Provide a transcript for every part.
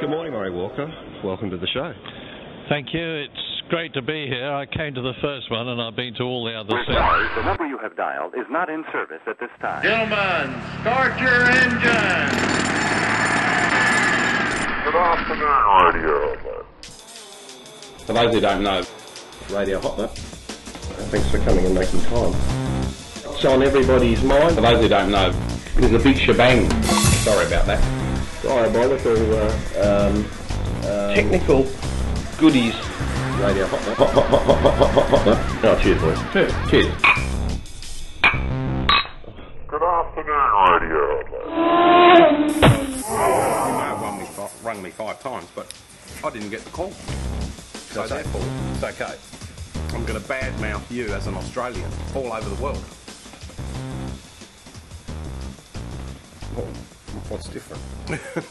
Good morning, Murray Walker. Welcome to the show. Thank you. It's great to be here. I came to the first one and I've been to all the We're others. sorry, the number you have dialed is not in service at this time. Gentlemen, start your engine. Good afternoon, Radio Hotler. For those who don't know, Radio Hotler. Thanks for coming and making time. It's on everybody's mind. for those who don't know, there's a big shebang. Sorry about that. Diabolical uh, um, technical goodies. Radio Hotler. Hot, hot, hot, hot, hot, hot, hot, hot. Oh, cheers, boys. Cheers. Good afternoon, Radio Hotler. You may have rung me, five, rung me five times, but I didn't get the call. So That's it. therefore, it's okay. I'm going to badmouth you as an Australian all over the world. What's different?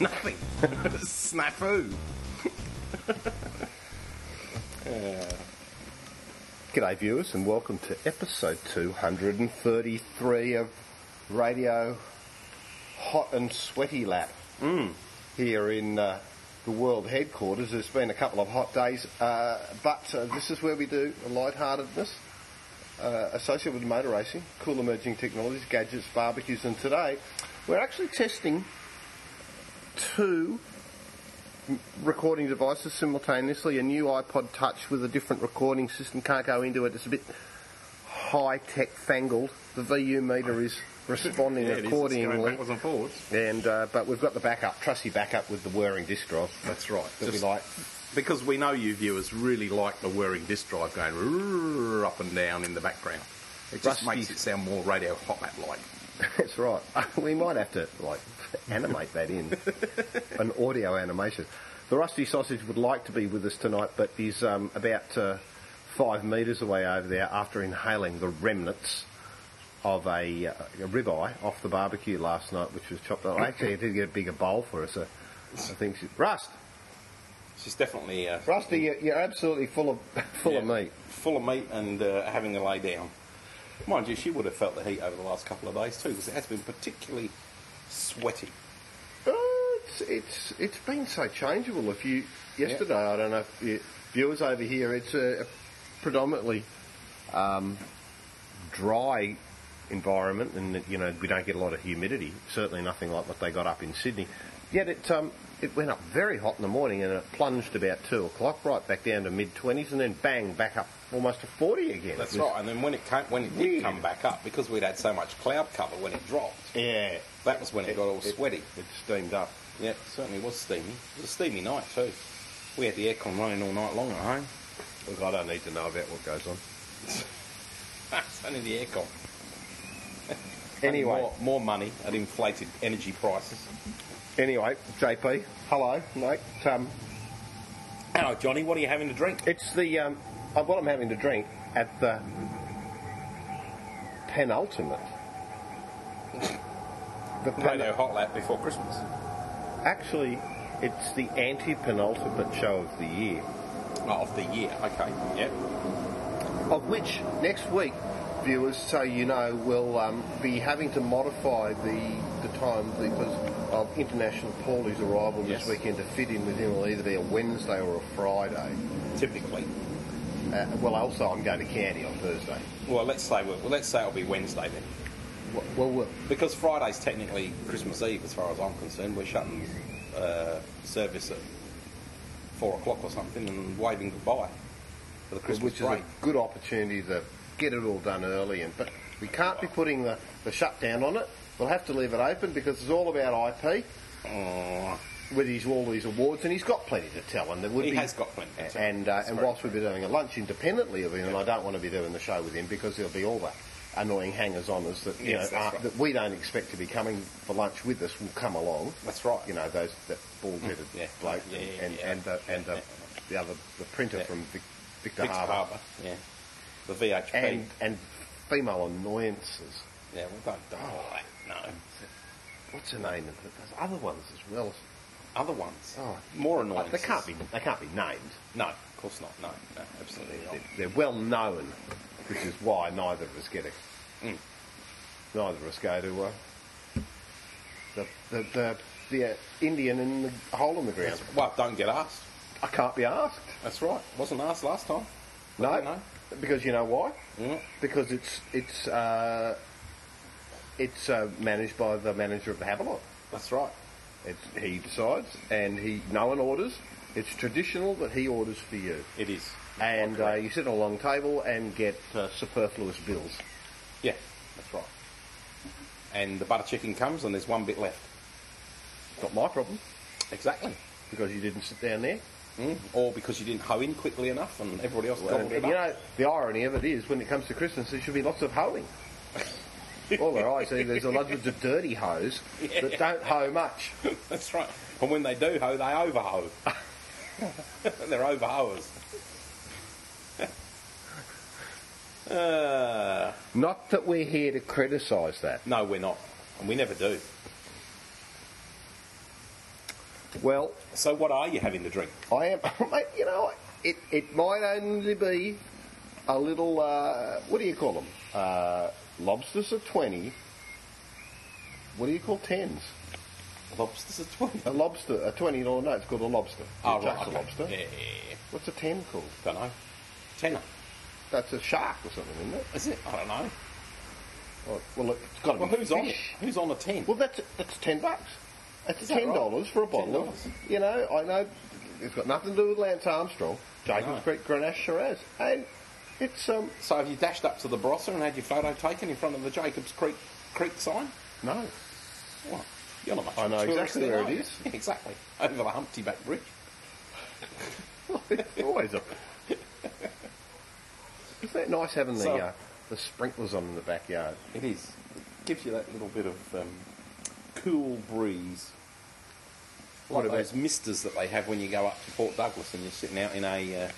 Nothing. Snafu. G'day, viewers, and welcome to episode 233 of Radio Hot and Sweaty Lap. Here in uh, the world headquarters, there's been a couple of hot days, uh, but uh, this is where we do lightheartedness uh, associated with motor racing, cool emerging technologies, gadgets, barbecues, and today we're actually testing two recording devices simultaneously. A new iPod Touch with a different recording system can't go into it. It's a bit high tech fangled. The VU meter is responding Yeah, it is. It's going accordingly. backwards and forwards. And uh, but we've got the backup, trusty backup with the whirring disc drive. That's right. That Just- we like. Because we know you viewers really like the whirring disc drive going rrrr up and down in the background. It just Rusty. makes it sound more radio hot lap like. That's right. We might have to like animate that in an audio animation. The rusty sausage would like to be with us tonight, but he's um, about uh, five metres away over there after inhaling the remnants of a, uh, a ribeye off the barbecue last night, which was chopped up. Actually, he did get a bigger bowl for us. Uh, I think she- Rust, She's definitely uh, Rusty, you're, you're absolutely full of full of Yeah. meat. Full of meat and uh, having to lay down. Mind you, she would have felt the heat over the last couple of days too, because it has been particularly sweaty. Uh, it's, it's it's been so changeable. If you yesterday, I don't know if you, viewers over here, it's a, a predominantly um, dry environment, and that, you know we don't get a lot of humidity. Certainly nothing like what they got up in Sydney. Yet it um, it went up very hot in the morning, and it plunged about two o'clock, right back down to mid twenties, and then bang, back up almost to forty again. That's It was- right. And then when it came, when it did come back up, because we'd had so much cloud cover when it dropped, Yeah, that was when it, got all sweaty. It steamed up. Yeah, it certainly was steamy. It was a steamy night too. We had the aircon running all night long at home. Look, I don't need to know about what goes on. it's only the aircon. Anyway. more, more money at inflated energy prices. Anyway, JP, hello, mate. Um, Hello, Johnny. What are you having to drink? it's the um, uh, what I'm having to drink at the penultimate. The pen- Radio Hot Lap before Christmas. actually, it's the anti-penultimate show of the year, Oh, of the year. Okay. Yep. of which next week, viewers, so you know, will um, be having to modify the the time because of international Paulie's arrival Yes. this weekend to fit in with him. It'll either be a Wednesday or a Friday. Typically. Uh, well, also, I'm going to Candy on Thursday. Well, let's say well, let's say it'll be Wednesday then, Well, well, well because Friday's technically Christmas Eve, as far as I'm concerned. We're shutting uh, service at four o'clock or something and waving goodbye for the Christmas which is break. a good opportunity to get it all done early. And but we can't be putting the, the shutdown on it. We'll have to leave it open because it's all about IP Oh, with his, all these awards, and he's got plenty to tell. And there would He be, has got plenty to tell. And uh, That's and correct. whilst we've been doing a lunch independently of him, and I don't want to be doing the show with him because there'll be all the annoying hangers-oners that you Yes, know that's are, right. that we don't expect to be coming for lunch with us will come along. That's right. You know those that bald-headed Hmm. Yeah. bloke Yeah, and yeah, yeah. and, and the and the, the other the printer Yeah. from Vic, Victor Victor Harbour Harbour. Yeah. The VHP. and and female annoyances. yeah. Well, don't. Oh, no. What's her name? And There's other ones as well. Other ones. Oh. More Like, annoying. they can't be. They can't be named. No, of course not. No, no, absolutely not. They're, they're well known, which is why neither of us get it. Hmm. Neither of us go to uh, the, the the the uh, Indian in the hole in the ground. Well, don't get asked. I can't be asked. That's right. Wasn't asked last time. No, No. because you know why? Yeah. Because it's it's uh, it's uh, managed by the manager of the Havelock. That's right. It's, he decides, and he no one orders. It's traditional that he orders for you, It is. and uh, you sit at a long table and get uh, superfluous bills. Yeah, that's right. And the butter chicken comes and there's one bit left. Not my problem Exactly. because you didn't sit down there. Mm. Or because you didn't hoe in quickly enough and everybody else And, gobbled and it you up. know the irony of it is, when it comes to Christmas, there should be lots of hoeing. All their eyes see there's a lot of d- dirty hoes that don't hoe much. That's right. And when they do hoe, they over hoe. They're over hoers. uh, Not that we're here to criticise that. no, we're not. And we never do. Well, So what are you having to drink? I am, mate, you know, it, it might only be a little, uh, what do you call them? Uh, lobsters are 20. What do you call tens? Lobsters at 20. A lobster, a $20 note, it's called a lobster. Oh, It's right, just okay. a lobster. Yeah, yeah, yeah. What's a 10 called? Don't know. Tenner. That's a shark or something, isn't it? Is it? I don't know. Or- Well, it's got to Well, be who's on it? fish. Who's on a 10? Well, that's, that's 10 bucks. That's Is that $10 right? for a bottle of, $10. you know, I know it's got nothing to do with Lance Armstrong, Jacobs No. Creek, Grenache, Shiraz. And it's, um, So have you dashed up to the Barossa and had your photo taken in front of the Jacobs Creek Creek sign? no. Well, you're not much I of a know tourist exactly then, where are it you? is. Yeah, exactly. Over the Humpty Back Bridge. Always a. Isn't that nice having the So- uh, the sprinklers on in the backyard? It is. It gives you that little bit of um, cool breeze. What Like about- those misters that they have when you go up to Port Douglas and you're sitting out in a uh,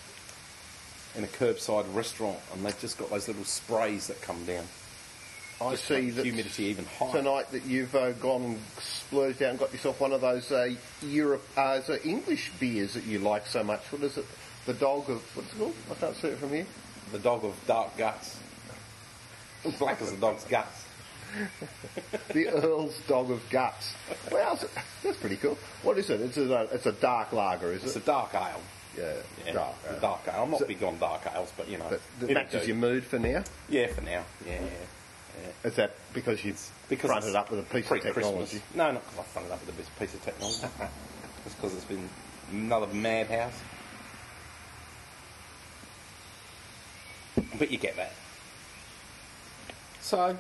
in a curbside restaurant and they've just got those little sprays that come down. I Just see makes that humidity even higher. tonight that you've uh, gone and splurged out and got yourself one of those uh, Europe uh, so English beers that you like so much. What is it? The dog of what's it called? I can't see it from here. The dog of dark guts. Black as a dog's guts. The Earl's Dog of Guts. Well, that's- that's pretty cool. What is it? It's a it's a dark lager, is It's a it? dark ale. yeah, Yeah, dark. it's a uh, dark ale. I'm not So- big on dark ales, but you know, That, that it'll matches do. your mood for now. Yeah, for now. Yeah, yeah. yeah. Is that because you've Because fronted it's up with a piece of pre-Christmas. technology? No, not because I fronted up with a bit- piece of technology. it's because it's been another madhouse. But you get that. So,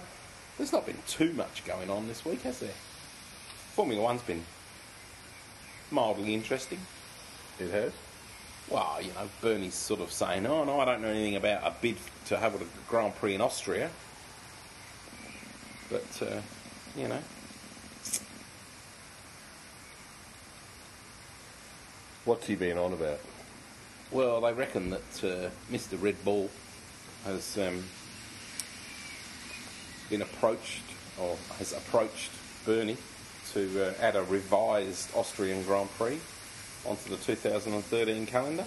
there's not been too much going on this week, has there? Formula One's been mildly interesting. It has. Well, you know, Bernie's sort of saying, oh, no, I don't know anything about a bid to have a Grand Prix in Austria. But, uh, you know, What's he been on about? well, they reckon that uh, Mr. Red Bull has um, been approached, or has approached Bernie to uh, add a revised Austrian Grand Prix onto the 2013 calendar.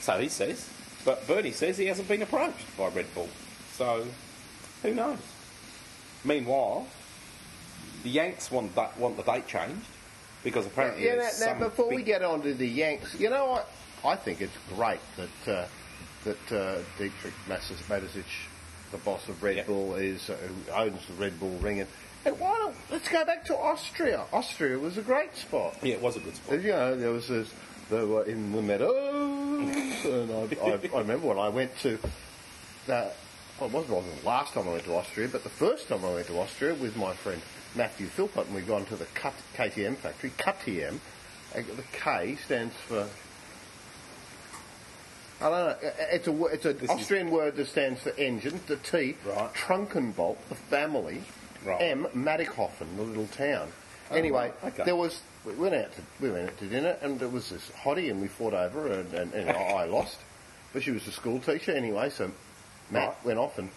So he says. But Bernie says he hasn't been approached by Red Bull. So who knows? Meanwhile, the Yanks want that, want the date changed because apparently Yeah, there's now, some now before we big- get on to the Yanks, you know what? I think it's great that uh, that uh, Dietrich Matas- Mateschitz, the boss of Red Yeah. Bull, is uh, who owns the Red Bull ring, and, and why don't let's go back to Austria? Austria was a great spot. yeah, it was a good spot. You know, there was this, they were in the meadows, and I, I, I remember when I went to, uh, well, it wasn't, wasn't the last time I went to Austria, but the first time I went to Austria with my friend Matthew Philpott, and we'd gone to the Cut, KTM factory, KTM, and the K stands for, I don't know, i- it's a, wo- it's an This is- Austrian word that stands for engine, the T, Right. Trunkenbolt, the family, Right. M, Maddoxhofen, the little town. Oh, anyway, right, okay. there was we went out to we went out to dinner and there was this hottie and we fought over her and, and, and I lost, but she was a school teacher anyway. So Matt Right. went off and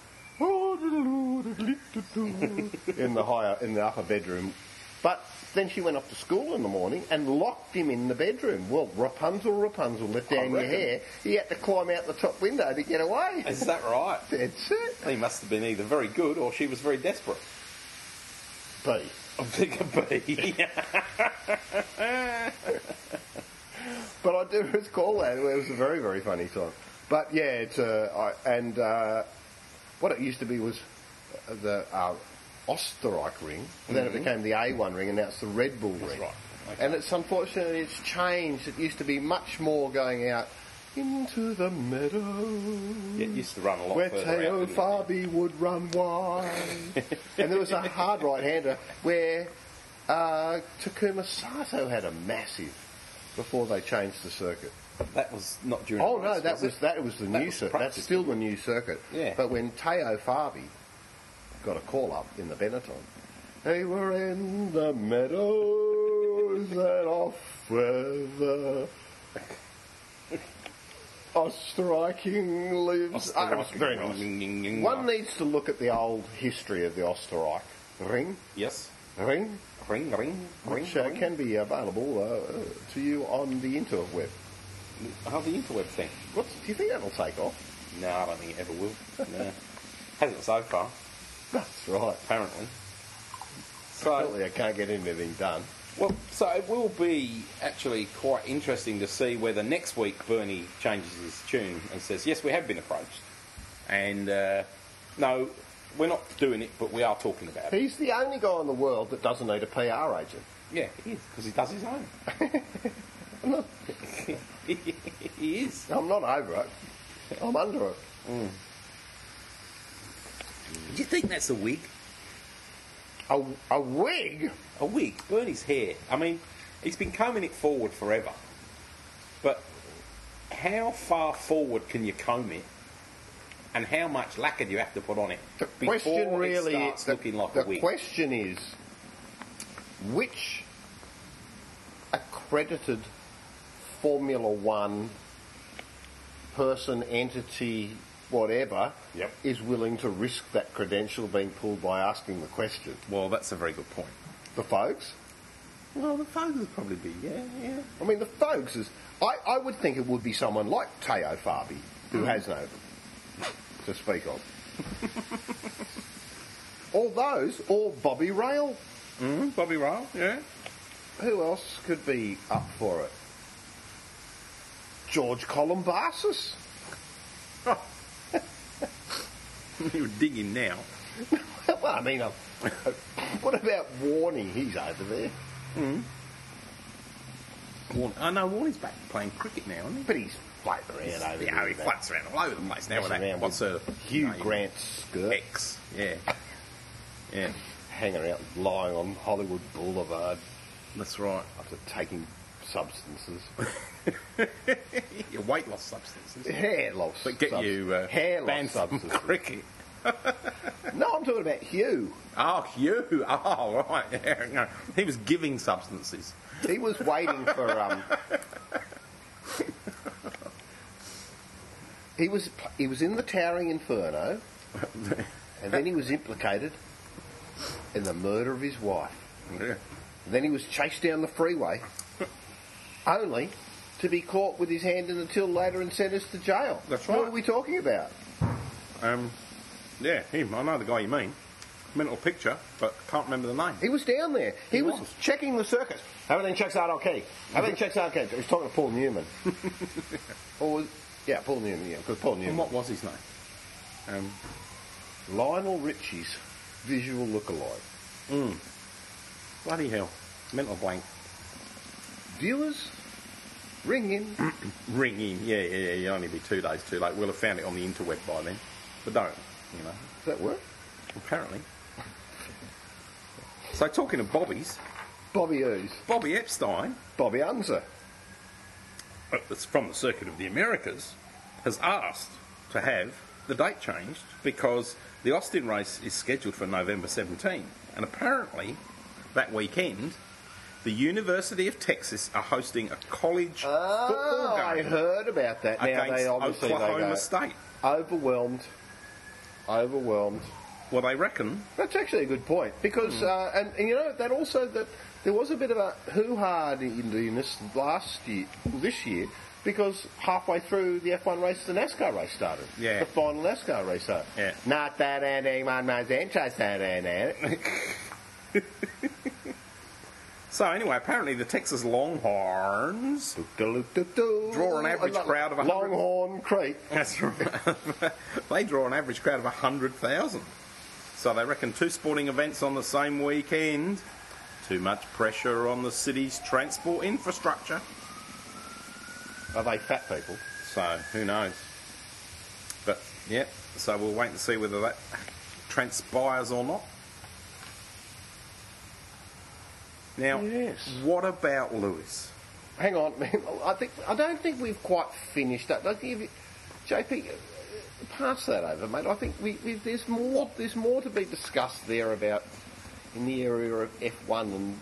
in the higher in the upper bedroom, but then she went off to school in the morning and locked him in the bedroom. Well, Rapunzel, Rapunzel, let down your reckon. hair. He had to climb out the top window to get away. Is that right? That's it. He must have been either very good or she was very desperate. B. A bigger bee. But I do recall that. It was a very, very funny song. But yeah, it's uh, I, and uh, what it used to be was uh, the uh, Osterreich ring, and then it became the A1 ring, and now it's the Red Bull ring. Mm-hmm. right. And it's unfortunately it's changed. It used to be much more going out into the meadow. Yeah, it used to run a lot Where further out, Teo didn't it? Fabi would run wide. and there was a hard right-hander where uh, Takuma Sato had a massive before they changed the circuit. That was not during. Oh the no, race, that was it? that was the That new was circuit. That's practice, still the new circuit. Yeah. But when Teo Fabi got a call up in the Benetton, they were in the meadows and off with the Osterreiching lives. Osterreich. Ah, it was very nice. Ding, ding, ding, One ding. needs to look at the old history of the Osterreich ring, Yes. ring, Ring, ring, ring. which uh, ring. can be available uh, uh, to you on the interweb. How Oh, the interweb thing? What's, do you think that'll take off? No, I don't think it ever will. No. Hasn't so far, That's right. apparently. So, Apparently, I can't get anything done. well, so it will be actually quite interesting to see whether next week Bernie changes his tune and says, "Yes, we have been approached," and uh, no, we're not doing it, but we are talking about it. He's the only guy in the world that doesn't need a PR agent. Yeah, he is because he does his own. he is. I'm not over it. I'm under it. Do you think that's a wig? A, a wig? a wig. Bernie's hair. I mean, he's been combing it forward forever. But how far forward can you comb it? And how much lacquer do you have to put on it? The before question really it starts the, looking like the a wig. question is which accredited Formula One person, entity, whatever, Yep. is willing to risk that credential being pulled by asking the question? well, that's a very good point. The folks? Well, the phone would probably be, yeah, yeah. I mean, the folks is. I, I would think it would be someone like Teo Fabi, who Mm. has no to speak of. or those, or Bobby Rail. Mm, Bobby Ryle, yeah. Who else could be up for it? George Columbasis. You're digging now. well, I mean, I'm, what about Warney? He's over there. Warn- I know Warney's back playing cricket now, isn't he? But he's floating around over Yeah, there. he flats around all over the place now. Messing with that. around What's her? with Hugh name? Grant's skirt. X, yeah. Yeah, Hanging out lying on Hollywood Boulevard that's right. after taking substances. Your weight loss substances. hair loss. But get subs- you uh, hair banned loss from substances. cricket. No, I'm talking about Hugh. Oh, you! Oh, right. Yeah, no, he was giving substances. He was waiting for. Um, he was he was in the towering inferno, and then he was implicated in the murder of his wife. Yeah. And then he was chased down the freeway, only to be caught with his hand in the till later and sentenced to jail. That's What right. are we talking about? Um, yeah, him. I know the guy you mean. Mental picture, but can't remember the name. He was down there. He, was, was. checking the circuit. Everything checks out okay. Everything checks out okay. He was talking to Paul Newman. or was, yeah, Paul Newman. Yeah, because Paul And Newman. what was his name? Um, Lionel Richie's visual lookalike. bloody hell! Mental blank. Viewers, ring in. Ring in. Yeah, yeah, yeah. You'd only be two days too late. We'll have found it on the interweb by then. But don't. You know. Does that work? Apparently. So talking of Bobby's, Bobby Ooze. Bobby Epstein Bobby Unser. that's from the circuit of the Americas, has asked to have the date changed because the Austin race is scheduled for November 17. And apparently, that weekend, the University of Texas are hosting a college Oh, football I game heard about that. Now against they obviously Oklahoma they go, State. overwhelmed. Overwhelmed. Well, they reckon That's actually a good point because, Hmm. uh, and, and you know, that also that there was a bit of a hoo ha in this last year, this year, because halfway through the F1 race, the NASCAR race started. Yeah. The final NASCAR race started. Yeah. Not that anyone was interested in it. So anyway, apparently the Texas Longhorns Draw Draw an average crowd of 100. Longhorn Creek. That's right. they draw an average crowd of 100,000. So they reckon two sporting events on the same weekend. Too much pressure on the city's transport infrastructure. Are they fat people? So who knows? But yeah, so we'll wait and see whether that transpires or not. Now, Yes. what about Lewis? Hang on, man. I think I don't think we've quite finished that. Like, if you- JP, uh, pass that over, mate. I think we, we, there's more there's more to be discussed there about in the area of F1 and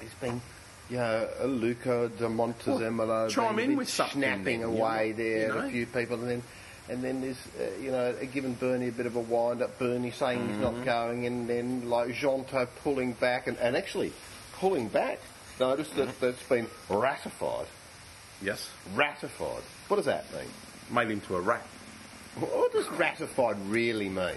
there's been. Yeah, a Luca de Montezemolo Well, chime being in a bit with something snapping then, you away know, there, you and know. a few people, and then and then there's uh, you know giving Bernie a bit of a wind up, Bernie saying he's Mm-hmm. not going, and then like Jonto pulling back, and, and actually pulling back. Notice that Mm-hmm. that's been ratified. Yes. Ratified. What does that mean? Made into a rat. What does ratified really mean?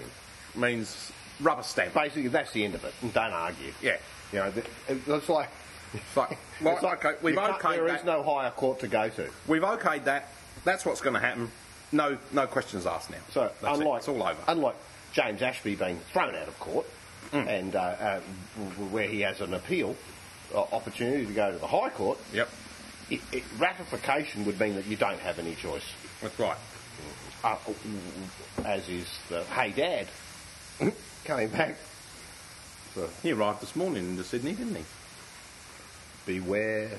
Means rubber stamp. Basically, that's the end of it. and Don't argue. Yeah. You know, th- it looks like. It's like, well, it's like okay, we've you can't- okayed there that. is no higher court to go to. We've okayed that. That's what's going to happen. No, no questions asked now. So That's it. unlike it's all over. unlike James Ashby being thrown out of court Mm. and uh, uh, w- w- where he has an appeal uh, opportunity to go to the High Court, yep, it, it, ratification would mean that you don't have any choice, that's right. uh, as is the Hey Dad Mm-hmm. coming back. So He arrived this morning into Sydney, didn't he? beware.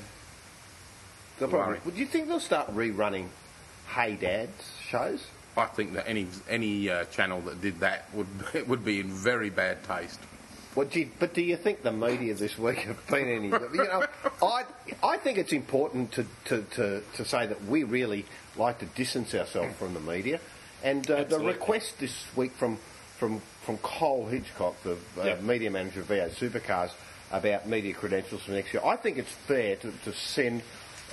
They'll Worry. probably, well, do you think they'll start rerunning Hey Dad's shows? I think that any any uh, channel that did that would it would be in very bad taste. Well, do you, but do you think the media this week have been any? You know, I I think it's important to, to, to, to say that we really like to distance ourselves from the media, and uh, the Absolutely. request this week from from from Cole Hitchcock, the uh, Yeah. media manager of V8 Supercars, about media credentials for next year. I think it's fair to, to send.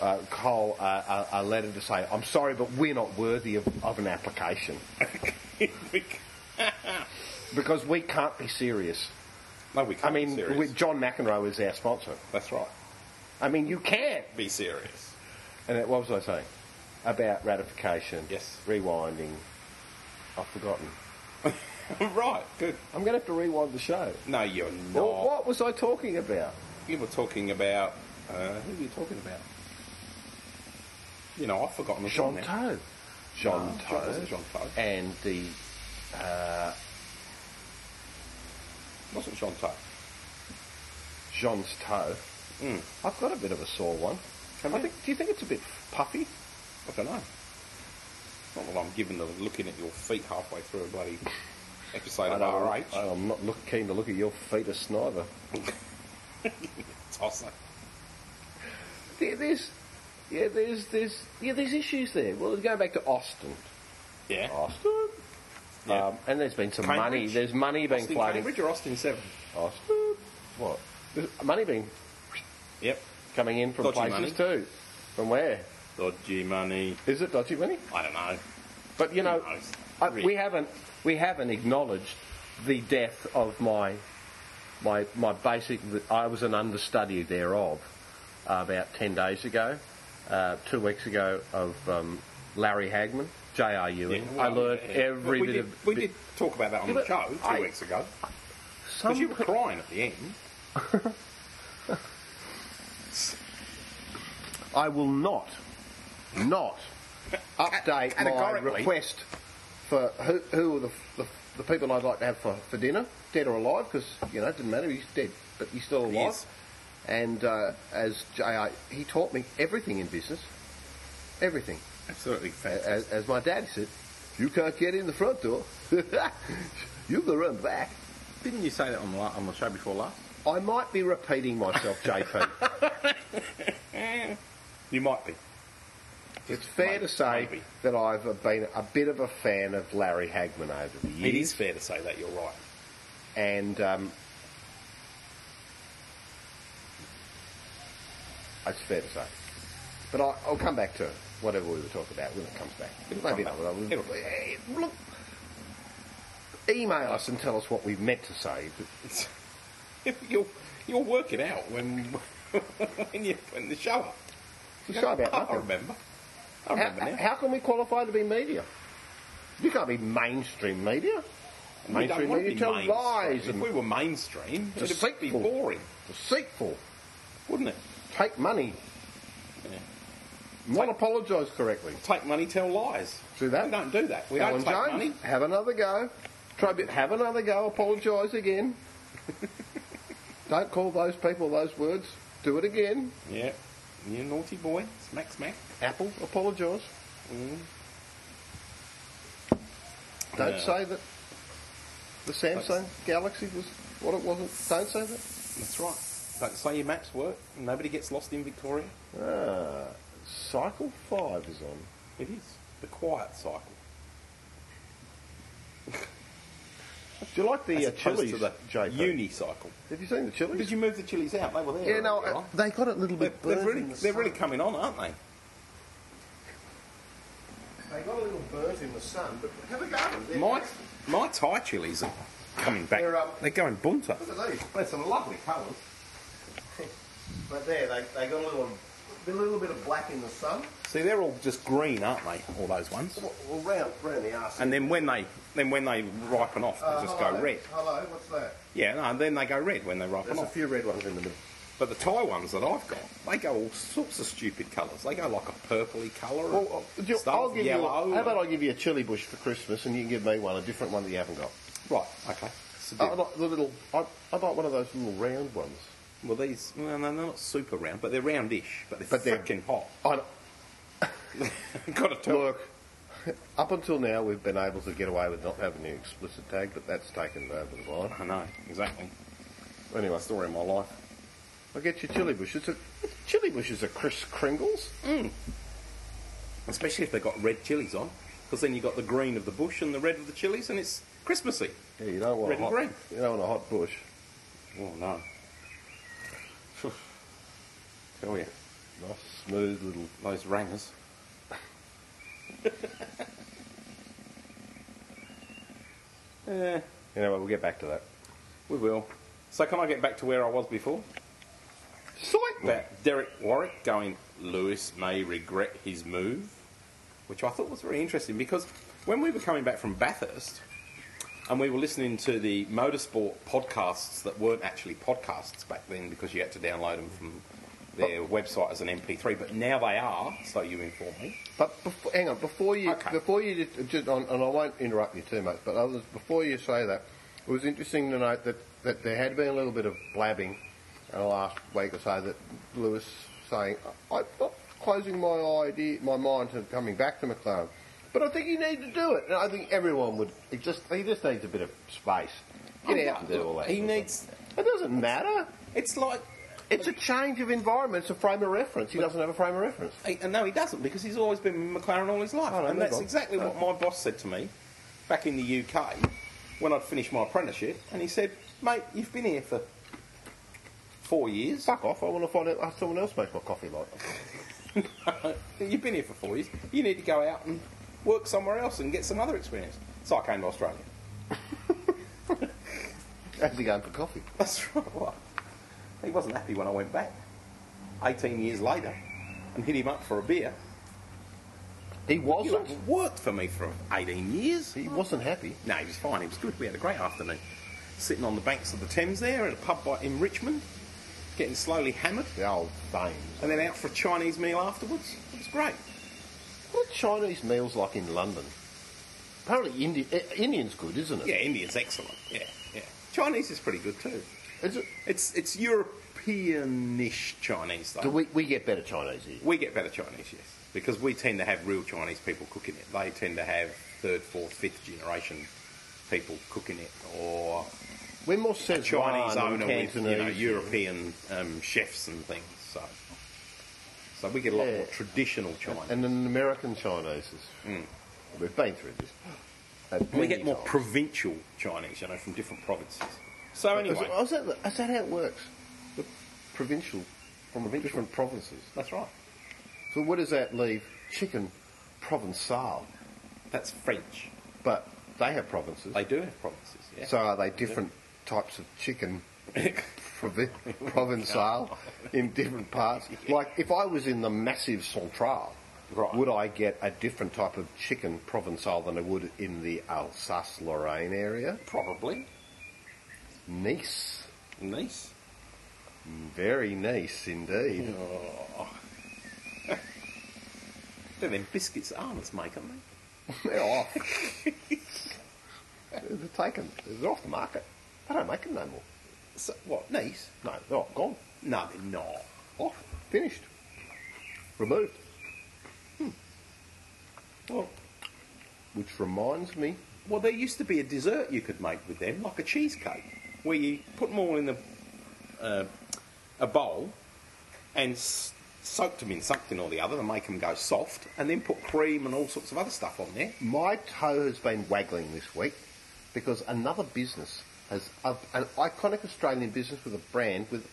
Uh, Cole, uh, a, a letter to say, I'm sorry, but we're not worthy of, of an application because we can't be serious. no, we I can't. be mean, serious. with John McEnroe is our sponsor. that's right. I mean, you can't. Be serious. And it- what was I saying about ratification? Yes. Rewinding. I've forgotten. right. Good. I'm going to have to rewind the show. No, you're not. Well, Oh, what was I talking about? You were talking about. Uh, who were you talking about? You know, I've forgotten the John now. Toe. John No, it Eh, Toe. wasn't John Toe. And the Wasn't John Toe? John's Toe. Mm. I've got a bit of a sore one. I think, do Hmm. you think it's a bit puffy? I don't know. Not that I'm given to looking at your feet halfway through a bloody episode of know, RH. I'm not look, keen to look at your fetus neither. Tosser. There, there's, yeah, there's, there's, yeah, there's issues there. Well, going back to Austin. Yeah. Austin. Yeah. Oh, Um, and there's been some Cambridge? money. There's money being Austin floating. Cambridge or Austin 7? Austin. What? There's money being Yep. coming in from Dodgy places too. From where? Dodgy money. Is it dodgy money? I don't know. But you know, Who knows? I, Really. we haven't we haven't acknowledged the death of my my my basic. I was an understudy thereof uh, about ten days ago, uh, two weeks ago of um, Larry Hagman, J.R. Ewing. Yeah, E. I well, learned yeah. every we bit did, of. We bit- did talk about that on Yeah, the but show two I- weeks ago. some Because you were pe- crying at the end. I will not, not update my categorically. request for who, who are the, the, the people I'd like to have for, for dinner, dead or alive, because, you know, it didn't matter, he's dead, but he's still He alive. is. And uh, as J.I., he taught me everything in business, everything. Absolutely fantastic. As, as my dad said, you can't get in the front door, you can run back. Didn't you say that on the, la- on the show before last? I might be repeating myself, JP. You might be. It's fair Maybe, to say maybe. that I've been a bit of a fan of Larry Hagman over the It years, is fair to say that, you're right. and um, it's fair to say. But I, I'll come back to whatever we were talking about when it comes back. It'll Maybe come not. back. It'll- Eh, Look, email us and tell us what we meant to say. you'll you'll work it out when when you when the show up. It's a show about I nothing. remember. I How, remember now. how can we qualify to be media? You can't be mainstream media. We don't Mainstream want to media be tell mainstream. lies If and we were mainstream, it'd be deceitful. boring, Deceitful. wouldn't it? Take money. Yeah. Not apologise correctly. Take money, tell lies. See that? We don't do that. We Alan don't take Jones, money. have another go. Try a bit, have another go. Apologise again. Don't call those people those words. Do it again. Yeah. You naughty boy. Smack, smack. Apple, apologise. Don't Mm. Yeah. say that the Samsung Galaxy was what it wasn't. Don't say that. That's right. Don't say your maps work. Nobody gets lost in Victoria. Ah, cycle five is on. It is. The quiet cycle. Do you like the uh, As opposed chilies, to the JP? uni cycle. Have you seen the chilies? Did you move the chilies out? They were there. yeah, no, earlier uh, on. they got it a little They're, bit. they're burnt really, in the they're sun. really coming on, aren't they? They got a little burnt in the sun, but have a go. They're- My my Thai chilies are coming back. They're up. They're going bunter. Look at these. They're some lovely colours. but there, they, they got a little, a little bit of black in the sun. See, they're all just green, aren't they? All those ones. Well, well, round, round the arse. And then when they then when they ripen off, they Uh, just hello. go red. Hello, what's that? Yeah, no, then they go red when they ripen There's a off. few red ones in the middle. But the Thai ones that I've got, they go all sorts of stupid colours. They go like a purpley colour. and Well, uh, do you- stuff, I'll give you. yellow. How about I give you a chili bush for Christmas, and you can give me one, a different one that you haven't got. Right, okay. It's a I deal. like the little. I, I like one of those little round ones. Well, these, well, no, they're not super round, but they're roundish. But they're But they're- freaking hot. I, Got to tell. look, up until now we've been able to get away with not having the explicit tag, but that's taken over the line. I know exactly. Anyway, Story of my life. I get your chili bush. It's a chili bushes are Chris Kringles. Mm. Especially if they've got red chilies on, because then you've got the green of the bush and the red of the chilies, and it's Christmassy. Yeah, you don't want Red a and hot, green. You don't want a hot bush. Oh no. Tell you, Nice, smooth little. those rangers. eh, Anyway, we'll get back to that. we will. So can I get back to where I was before? Slightly. About Derek Warwick going, Lewis may regret his move, which I thought was very interesting because when we were coming back from Bathurst and we were listening to the motorsport podcasts that weren't actually podcasts back then because you had to download them from their website as an MP3, but now they are, so you inform me. But before, hang on, before you, Okay. before you, just, just on, and I won't interrupt you too much, but others, before you say that, it was interesting to note that, that there had been a little bit of blabbing in the last week or so that Lewis saying, I- I'm not closing my idea, my mind to coming back to McLaren, but I think you need to do it, and I think everyone would. It just he just needs a bit of space. Get out and do all that. He sort of needs. stuff. It doesn't matter. It's like. It's a change of environment. It's a frame of reference. He doesn't have a frame of reference. He, and no, he doesn't because he's always been with McLaren all his life. Oh, no, and move that's on. exactly what my boss said to me back in the UK when I'd finished my apprenticeship. And he said, mate, you've been here for four years. Fuck off! I want to find out how someone else makes my coffee like. you've been here for four years. You need to go out and work somewhere else and get some other experience. So I came to Australia. How's he going for coffee? That's right. He wasn't happy when I went back 18 years later and hit him up for a beer. He You wasn't. like, worked for me for 18 years. He wasn't happy. No, he was fine. He was good. We had a great afternoon. Sitting on the banks of the Thames there at a pub by, in Richmond, getting slowly hammered, The old fame. and then out for a Chinese meal afterwards. It was great. What are Chinese meals like in London? Apparently, Indi- eh, Indian's good, isn't it? Yeah, Indian's excellent. Yeah, yeah. Chinese is pretty good too. Is it? It's it's Europeanish Chinese though. Do we, we get better Chinese here. We get better Chinese, yes, because we tend to have real Chinese people cooking it. They tend to have third, fourth, fifth generation people cooking it, or We're more Szechuan Chinese and owner with you know Cantonese. European um, chefs and things. So, so we get a lot Yeah. more traditional Chinese. and then American Chinese. is- We've been through this. And Hmm. we get more provincial Chinese, you know, from different provinces. So anyway, Is, that, the- is that how it works? The provincial from different provinces. that's right. So what does that leave? Chicken provençal, That's French. but they have provinces. They do have provinces. Yeah. So are they different types of chicken provi- provençal in different parts. Like, if I was in the massive Central, Right. would I get a different type of chicken provençal than I would in the Alsace Lorraine area? Probably. Nice. Nice. Very nice indeed. They're them biscuits that Arnold's make, eh? aren't they? They're off. they're taken. They're off the market. They don't make them no more. So, what? Nice? No, they're all gone. No, they're not. Off. Oh, Finished. Removed. Hmm. Well, Which reminds me, well, there used to be a dessert you could make with them, like a cheesecake, where you put them all in a, uh, a bowl and s- soaked them in something or the other to make them go soft, and then put cream and all sorts of other stuff on there. my toe has been waggling this week because another business has a, an iconic Australian business with a brand with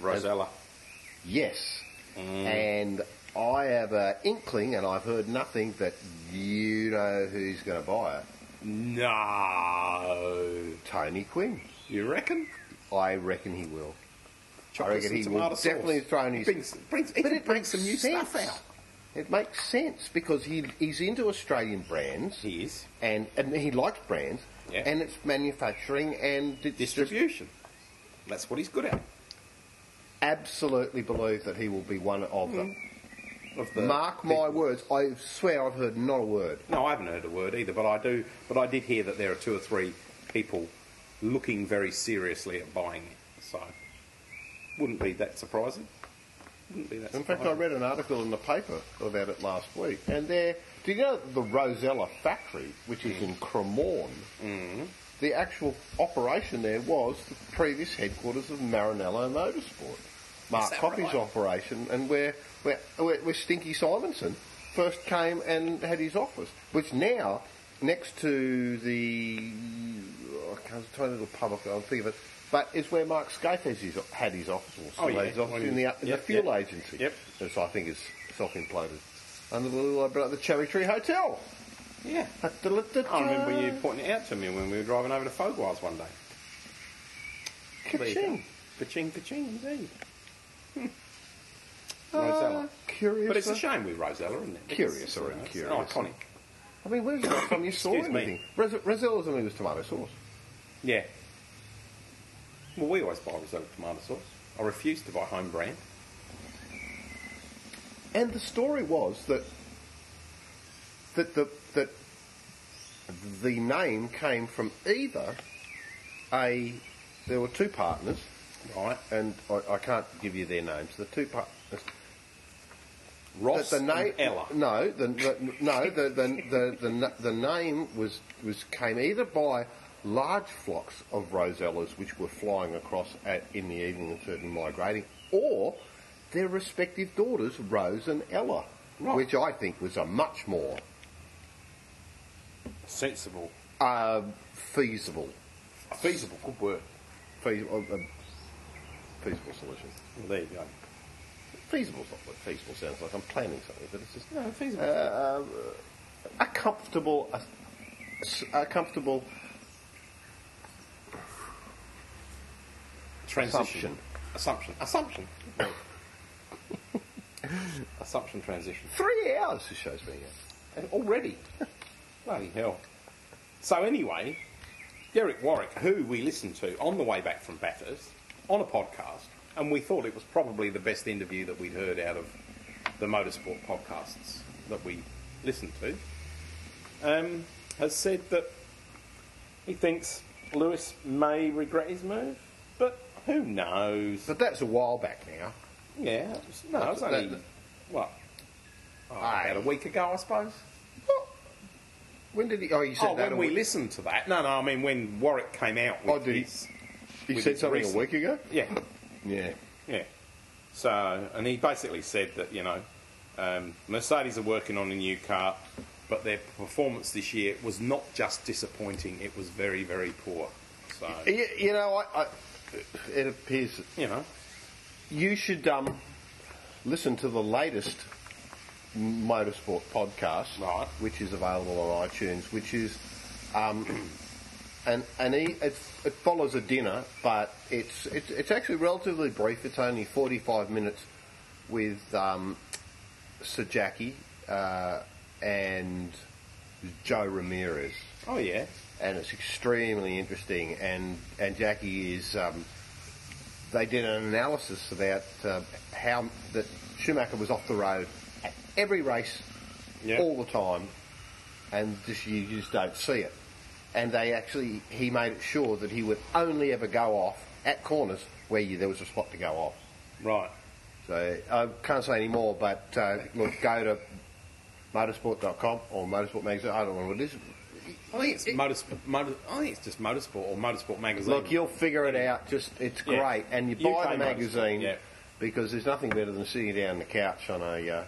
Rosella. yes, and I have an inkling, and I've heard nothing that you know who's going to buy it. No. Tony Quinn. You reckon? I reckon he will. Chocolate reckon and he will tomato sauce. definitely throw in his- brings, brings, he But can it bring makes some new stuff sense. out. It makes sense because he he's into Australian brands He is. and and he likes brands Yeah. and it's manufacturing and it's just Distribution. That's what he's good at. absolutely believe that he will be one of them. Of the Mark big- my words, I swear I've heard not a word. No, I haven't heard a word either, but I do. But I did hear that there are two or three people looking very seriously at buying it. So wouldn't be that surprising. Wouldn't be that. In fact, surprising. I read an article in the paper about it last week, and there, do you know the Rosella factory, which is in Cremorne? Mm-hmm. Mm. The actual operation there was the previous headquarters of Marinello Motorsport, Mark that Coppy's right? operation, and where, where where where Stinky Simonson first came and had his office, which now next to the oh, I can't tell you the pub I can't think of it. But it's where Mark Scaife has his, had his office, or still Oh, yeah. has his office in the, in Yep, the fuel yep. agency Yep. which I think is self-imploded. And the little about the Cherry Tree Hotel. Yeah, I I remember you pointing it out to me when we were driving over to Fogwars one day. There you go. Kitchen. Ka-ching, ka-ching, indeed. Hmm. Ah, Rosella. curious. But it's a uh, shame with Rosella, isn't it? Curiouser It's, uh, and it's curiouser. Iconic. I mean, where's that from? You saw Excuse me. anything? Res- Rosella's only was tomato sauce. Yeah. Well, we always buy Rosella tomato sauce. I refuse to buy home brand. And the story was that that the that the name came from either a there were two partners, Right. and I, I can't give you their names. The two partners. Ross the, the name and Ella. No, the, the no, the the, the the na- the name was was came either by large flocks of rosellas which were flying across at, in the evening and certainly migrating, or their respective daughters Rose and Ella, Right. which I think was a much more Sensible. uh, feasible, Feasible. Good word. feasible, uh, feasible solution. Well, there you go. Feasible's not what feasible sounds like. I'm planning something, but it's just No, feasible. uh, a comfortable, a, a comfortable Transition. Assumption. Assumption. Assumption transition. three hours. This show's been out. And already. Bloody hell. So anyway, Derek Warwick, who we listened to on the way back from Bathurst on a podcast, and we thought it was probably the best interview that we'd heard out of the motorsport podcasts that we listened to, um, has said that he thinks Lewis may regret his move, but who knows? But that's a while back now. yeah, it was- no, it was only That- what oh, about a week ago, I suppose. When did he? Oh, you said oh, that. when a we week- listened to that. No, no, I mean when Warwick came out with Oh, did he- his- you with said his something recent- a week ago. Yeah, Yeah. yeah. So, and he basically said that you know, um, Mercedes are working on a new car, but their performance this year was not just disappointing; it was very, very poor. So, You, you know, I, I, it appears that you know, you should um, listen to the latest motorsport podcast, Right. which is available on iTunes, which is um, and and he, it, it follows a dinner, but it's, it's it's actually relatively brief. It's only forty five minutes with um, Sir Jackie uh, and Joe Ramirez, Oh yeah. and it's extremely interesting. And and Jackie is um, they did an analysis about uh, how that Schumacher was off the road at every race Yeah. all the time, and just you just don't see it. And they actually, he made it sure that he would only ever go off at corners where you, there was a spot to go off. Right. So I can't say any more, but uh, look, go to motorsport.com or Motorsport Magazine. I don't know what it is. I think it's motorsport. Motor, I think it's just motorsport or motorsport magazine. Look, you'll figure it out. Just it's Yeah. great, and you UK buy the Motorsport, magazine yeah. because there's nothing better than sitting down on the couch on a uh,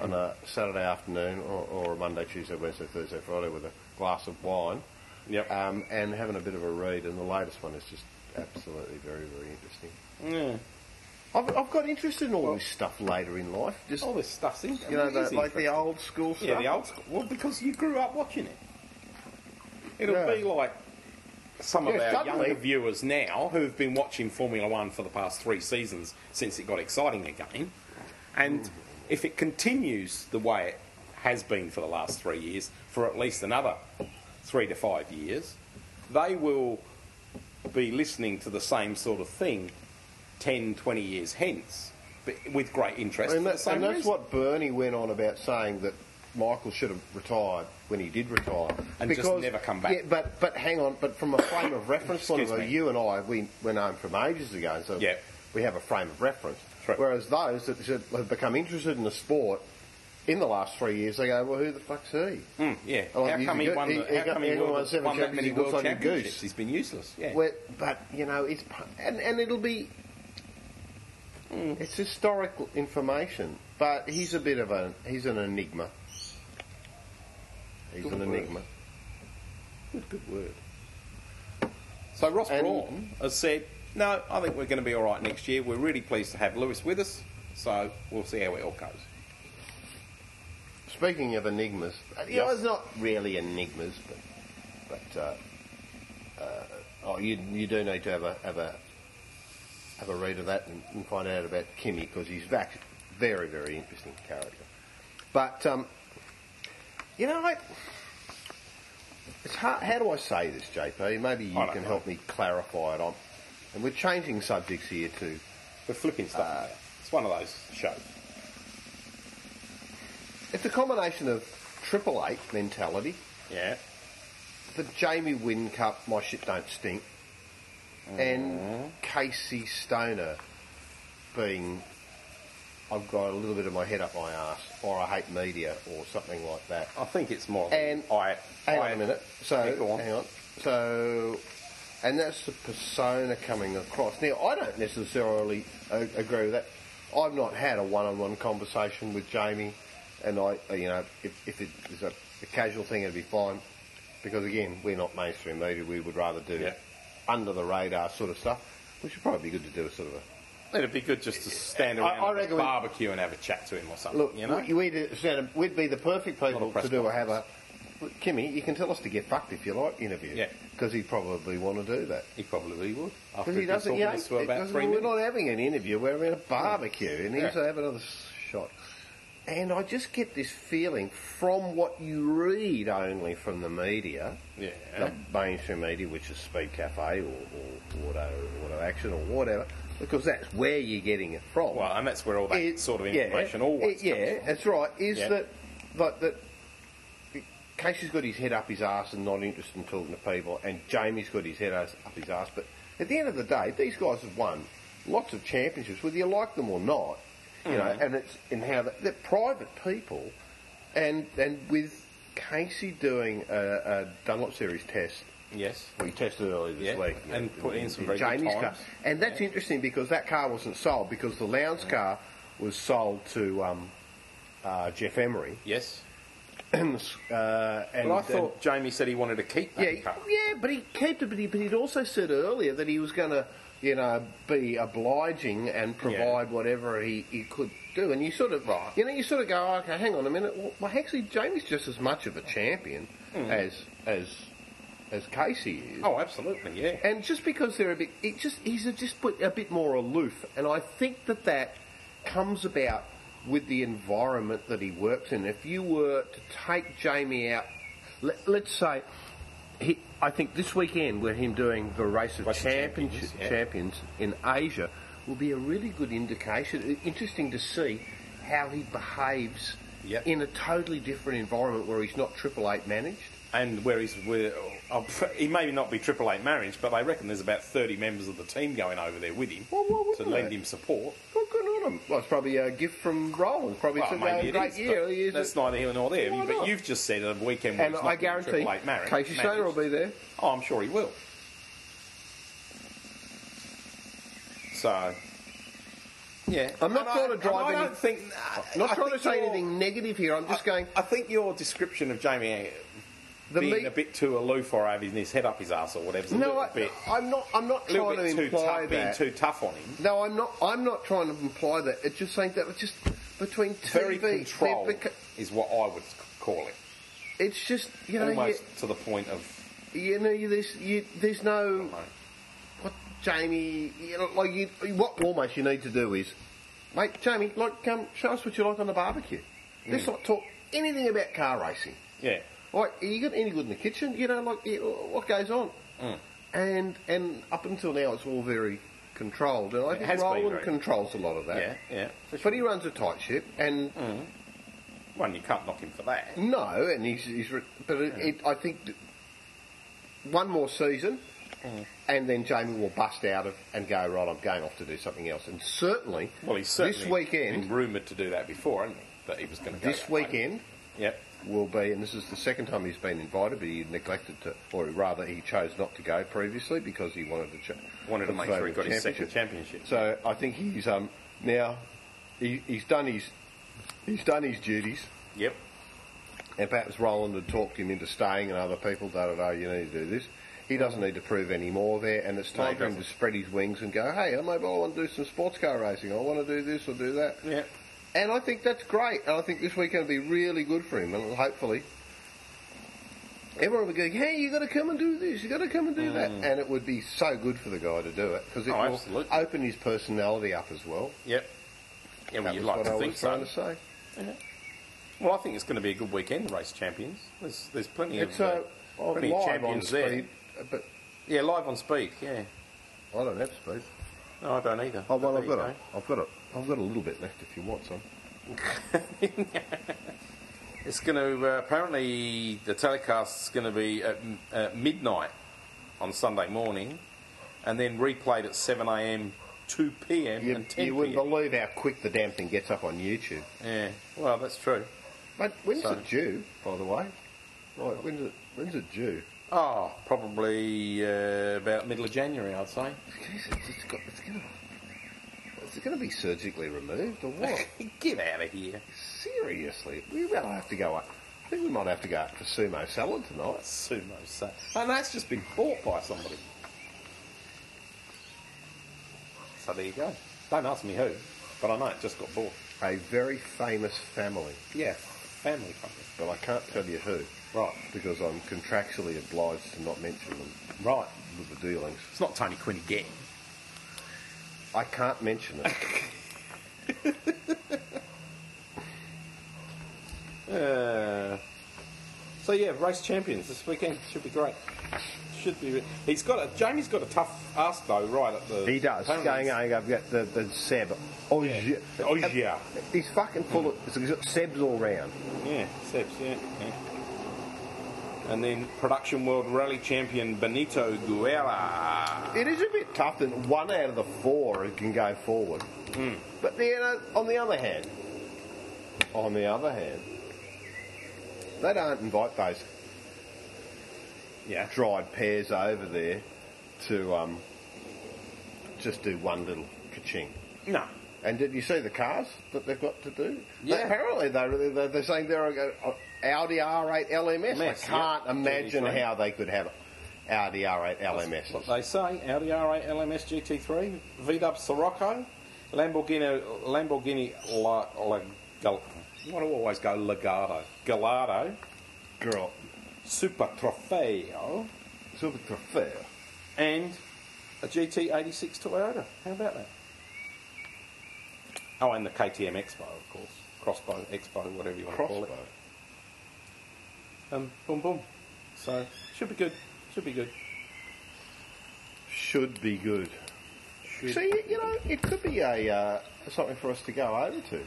on a Saturday afternoon or, or a Monday, Tuesday, Wednesday, Thursday, Friday with a glass of wine. Yep. um, and having a bit of a read. And the latest one is just absolutely very, very interesting. yeah. I've, I've got interested in all this stuff later in life. Just All this stuff's in, you know, it is the, like the interesting. old school stuff. Oh, Yeah, the old school. Well, because you grew up watching it. It'll Yeah. be like some of Yeah, our suddenly- younger viewers now who've been watching Formula One for the past three seasons since it got exciting again. Mm. And if it continues the way it has been for the last three years, for at least another three to five years, they will be listening to the same sort of thing 10, 20 years hence, but with great interest. and, for that, the same and that's reason. what Bernie went on about saying that Michael should have retired when he did retire And just never come back. Yeah, but but hang on, but from a frame of reference point of Excuse view, me. you and I we went home from ages ago, so Yep. we have a frame of reference. right. Whereas those that should- have become interested in the sport in the last three years, they go, well, who the fuck's he? Mm, yeah. I like how he's come a he good- won, Oh, he- the, he how got- come he he won, won the- seven won that champions, many he looks world like a championships? goose. He's been useless. Yeah. Well, but you know, it's and, and it'll be it's historical information. But he's a bit of a he's an enigma. He's an enigma. good, good word. So Ross And- Brawn has said, "No, I think we're going to be all right next year. We're really pleased to have Lewis with us. So we'll see how it all goes." Speaking of enigmas, uh, you know, it's not really enigmas, but but uh, uh, oh, you you do need to have a have a have a read of that and, and find out about Kimmy because he's back. Very very interesting character, but um, you know, I, it's hard, how do I say this, JP? Maybe you I don't can know. help me clarify it. On and we're changing subjects here too. We're flipping stuff. about. Uh, it's one of those shows. It's a combination of triple eight mentality. Yeah. the Jamie Wynn Cup, My Shit Don't Stink, and Casey Stoner being, I've got a little bit of my head up my arse, or I hate media, or something like that. I think it's more. And I, Um, hang I- on a minute. So Yeah, go on. hang on. So, and that's the persona coming across. Now, I don't necessarily uh, agree with that. I've not had a one-on-one conversation with Jamie, and I, uh, you know, if, if it is a, a casual thing, it'd be fine. Because again, we're not mainstream media. We would rather do Yeah. under the radar sort of stuff, which would probably be good to do a sort of a It'd be good just to stand around I- I at a reckon we- barbecue and have a chat to him or something. Look, you know. we- we'd, stand- we'd be the perfect people press to do a have a. Look, Kimmy, you can tell us to get fucked if you like interview. Yeah. Because he'd probably want to do that. he probably would. After Because he he'd been doesn't, talking you know, this for it about doesn't- three we're minutes. not having an interview, we're having a barbecue, and he's Yeah. have another shot. And I just get this feeling from what you read only from the media, Yeah. the mainstream media, which is Speed Cafe or, or Auto, Auto Action or whatever, because that's where you're getting it from Well, and that's where all that it- sort of yeah, information always it- yeah, comes from. that's right. Is Yeah. that like that? Casey's got his head up his arse and not interested in talking to people, and Jamie's got his head up up his arse. But at the end of the day, these guys have won lots of championships, whether you like them or not. You Mm-hmm. know, and it's in how they- they're private people, and and with Casey doing a, a Dunlop Series test Yes. we tested earlier this Yeah, week. and put in some very good Jamie's car. times. And that's interesting because that car wasn't sold because the Lowndes Mm. car was sold to um, uh, Jeff Emery. Yes. uh, and, But I thought Jamie said he wanted to keep that yeah, car. yeah, but he kept it. But, he, but he'd also said earlier that he was going to, you know, be obliging and provide whatever he, he could do. And you sort of, Right. you know, you sort of go, "Oh, Hmm. okay, hang on a minute. Well, well actually, Jamie's just as much of a champion as as as Casey is. Oh, absolutely, yeah. And just because they're a bit, it just he's a, just put a bit more aloof, and I think that that comes about with the environment that he works in. If you were to take Jamie out, let, let's say, he, I think this weekend we're him doing the race of Race of champions, Champions, yeah. champions in Asia will be a really good indication. I- Interesting to see how he behaves Yep. in a totally different environment where he's not triple eight managed. And where he's with, oh, pr- he may not be Triple Eight marriage, but I reckon there's about 30 members of the team going over there with him Well, why to wouldn't lend they? him support. Well, good on him. Well, it's probably a gift from Roland. Probably Well, said, maybe "Oh, it great is, year. but he is." that's neither here nor there. Why but not? you've just said a weekend where and he's I not been guarantee Triple Eight marriage. Casey Stoner will managed. be there. Oh, I'm sure he will. So, yeah, I'm not And I- trying to and drive I any- don't think. I'm not I trying to think say you're- anything negative here. I'm just going. I think your description of Jamie The being meat- a bit too aloof or having his head up his ass or whatever, is a No, little I, bit, I'm not. I'm not little trying to bit too imply tough, being that. too tough on him. No, I'm not. I'm not trying to imply that. It's just saying that. It's just between TV. Very they've controlled beca- is what I would call it. it's just you know. Almost You, to the point of you know, you, there's you, there's no like, what Jamie. You know, like you, what almost you need to do is, mate, Jamie, like, come show us what you like on the barbecue. Mm. Let's not talk anything about car racing. yeah, Like, are you got any good in the kitchen? You know, like you- what goes on? Mm. And and up until now, it's all very controlled, and I It think has been Roland very- controls a lot of that. yeah, yeah. But he runs a tight ship, and One, you can't knock him for that. no, and he's, he's re- but it, it, I think th- one more season, Mm. and then Jamie will bust out of and go right. I'm going off to do something else, and certainly, Well, he's certainly this weekend, been rumoured to do that before, hasn't he? That he was going to go this that way. weekend. Yep. will be, and this is the second time he's been invited, but he neglected to, or rather, he chose not to go previously because he wanted to. Ch- Wanted to make sure he got his second championship. championship. So I think he's um now he, he's done his he's done his duties, Yep. and perhaps Roland had talked him into staying, and other people da da da. You need to do this. He doesn't need to prove any more there, and it's No, time he for him to doesn't. spread his wings and go, hey, maybe I want to do some sports car racing. I want to do this or do that. Yep. And I think that's great. And I think this weekend will be really good for him. And hopefully, everyone will be going, hey, you got to come and do this. you got to come and do that. And it would be so good for the guy to do it because it Mm. Oh, will absolutely. open his personality up as well. Yep. Yeah, well, That you'd was like what to I think was so. trying to say. Well, I think it's going to be a good weekend, race champions. There's there's plenty It's of uh, uh, oh, plenty of live champions on there. speed, but Yeah, live on speed. Yeah. I don't have speed. No, I don't either. Oh well, But I've there got it. I've got it. I've got a little bit left if you want some. you go. It's going to uh, apparently the telecast's going to be at, m- at midnight on Sunday morning, and then replayed at seven a.m., two p.m., You, and ten you wouldn't p.m. believe how quick the damn thing gets up on YouTube. Yeah. Well, that's true. But when's So- it due, by the way? Like, when's it? When's it due? Oh, probably uh, about middle of January, I'd say. Jesus, it's got, it's gonna, is it going to be surgically removed or what? Get out of here. Seriously, we might have to go up. I think we might have to go up for sumo salad tonight. Sumo say. And that's just been bought by somebody. So there you go. Don't ask me who, but I know it just got bought. A very famous family, Yeah, family company. but I can't tell you who Right, because I'm contractually obliged to not mention them right. with the dealings. It's not Tony Quinn again. I can't mention it. Uh, so yeah, race champions this weekend should be great. Should be. He's got a Jamie's got a tough ask though, right at the. He does. apparently Going, it's- going, I've got the, the Seb. Oh, yeah. Oh, yeah. He's fucking full of. He's got Sebs all round. Yeah, Sebs, yeah, yeah. And then production world rally champion Benito Guerra. It is a bit tough that one out of the four can go forward. But then, uh, on the other hand, on the other hand, they don't invite those Yeah. dried pears over there to um, just do one little ka-ching. No. And did you see the cars that they've got to do? Yeah. apparently, they're, they're, they're saying they're a, a Audi R8 LMS. Mess, I can't yeah. imagine GT3. how they could have Audi R8 LMS. What they say, Audi R8 LMS GT3, VW Sirocco, Lamborghini, Lamborghini La, La, Gal, what do I always go? Legato. Gallardo, Girl, Super Trofeo, sort of prefer. and a GT86 Toyota. How about that? Oh, and the KTM Expo, of course. Crossbow, Expo, whatever you want to call it. Crossbow. Um, boom, boom. So, should be good. Should be good. Should be good. See, you know, it could be a uh, something for us to go over to.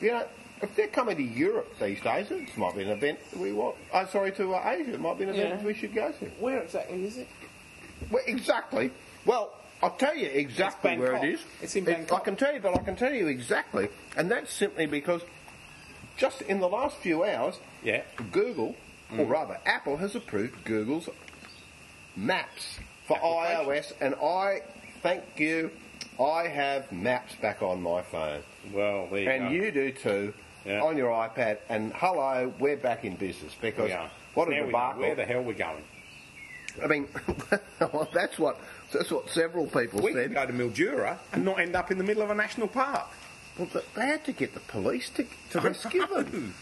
You know, if they're coming to Europe these days, it might be an event that we want. I'm sorry, to uh, Asia, it might be an event Yeah. that we should go to. Where exactly is it? Well, exactly. Well, I'll tell you exactly It's where it Bangkok. is. It's in It- Bangkok. I can tell you, but I can tell you exactly, and that's simply because just in the last few hours, Yeah. Google, or Mm-hmm. rather Apple, has approved Google's Maps for iOS, and I thank you. I have Maps back on my phone, Well, there you and go. you do too. Yeah. On your iPad, and hello, we're back in business because We are. what a Now we know debacle! Where the hell are we going? I mean, well, that's what that's what several people We said. can go to Mildura and not end up in the middle of a national park. Well, th- they had to get the police to, to I rescue them.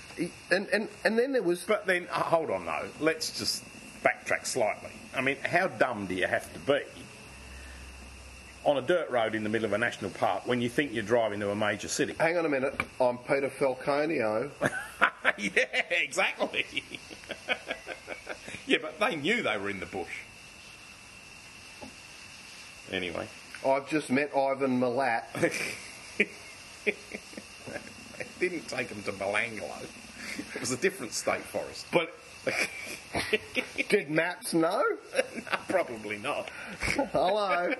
And, and, and then there was. But then, uh, hold on though. Let's just backtrack slightly. I mean, how dumb do you have to be on a dirt road in the middle of a national park when you think you're driving to a major city? Hang on a minute, I'm Peter Falconio. yeah, exactly. yeah, but they knew they were in the bush. Anyway, I've just met Ivan Milat. it didn't take them to Belanglo. It was a different state forest. But did Maps know? Probably not. Hello.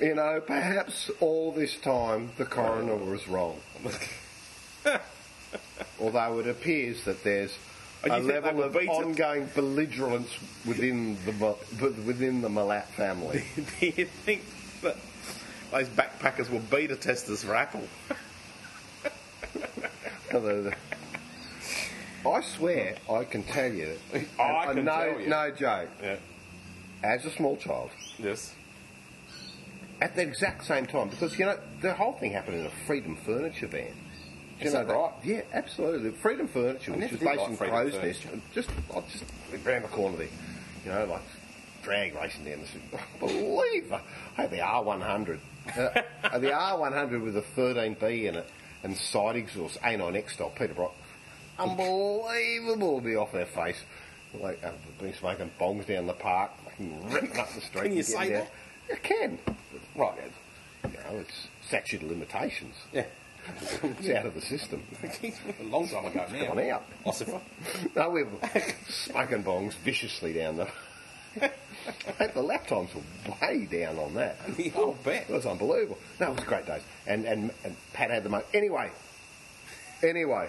you know, perhaps all this time the coroner was wrong. Although it appears that there's Oh, a you think they level were of beaten? ongoing belligerence within the Mi- within the Milat family. Do you think that those backpackers were beta testers for Apple? Other- I swear, I can tell you. I and can no, tell you. No joke. Yeah. As a small child, Yes. at the exact same time, because you know the whole thing happened in a Freedom Furniture van. Do Is you know that right? Yeah, absolutely. Freedom Furniture, I which never is did based like in Freedom Crow's Nest, Furniture. just I just round the corner there. You know, like drag racing down the street. Believe I had the R100, uh, the R100 with a 13B in it and side exhaust, A9X style, Peter Brock. Unbelievable, be off their face. Like uh, been smoking bongs down the park, fucking ripping up the street. Can you and getting say out. I can. Right. You know, it's statute of limitations. Yeah. It's out of the system. a long time ago now. Come on out. Ossifer. No, we were smoking bongs viciously down the. Mate, the lap times were way down on that. Yeah, I'll bet. It was unbelievable. No, it was great days. And and, and Pat had the most. Anyway, anyway,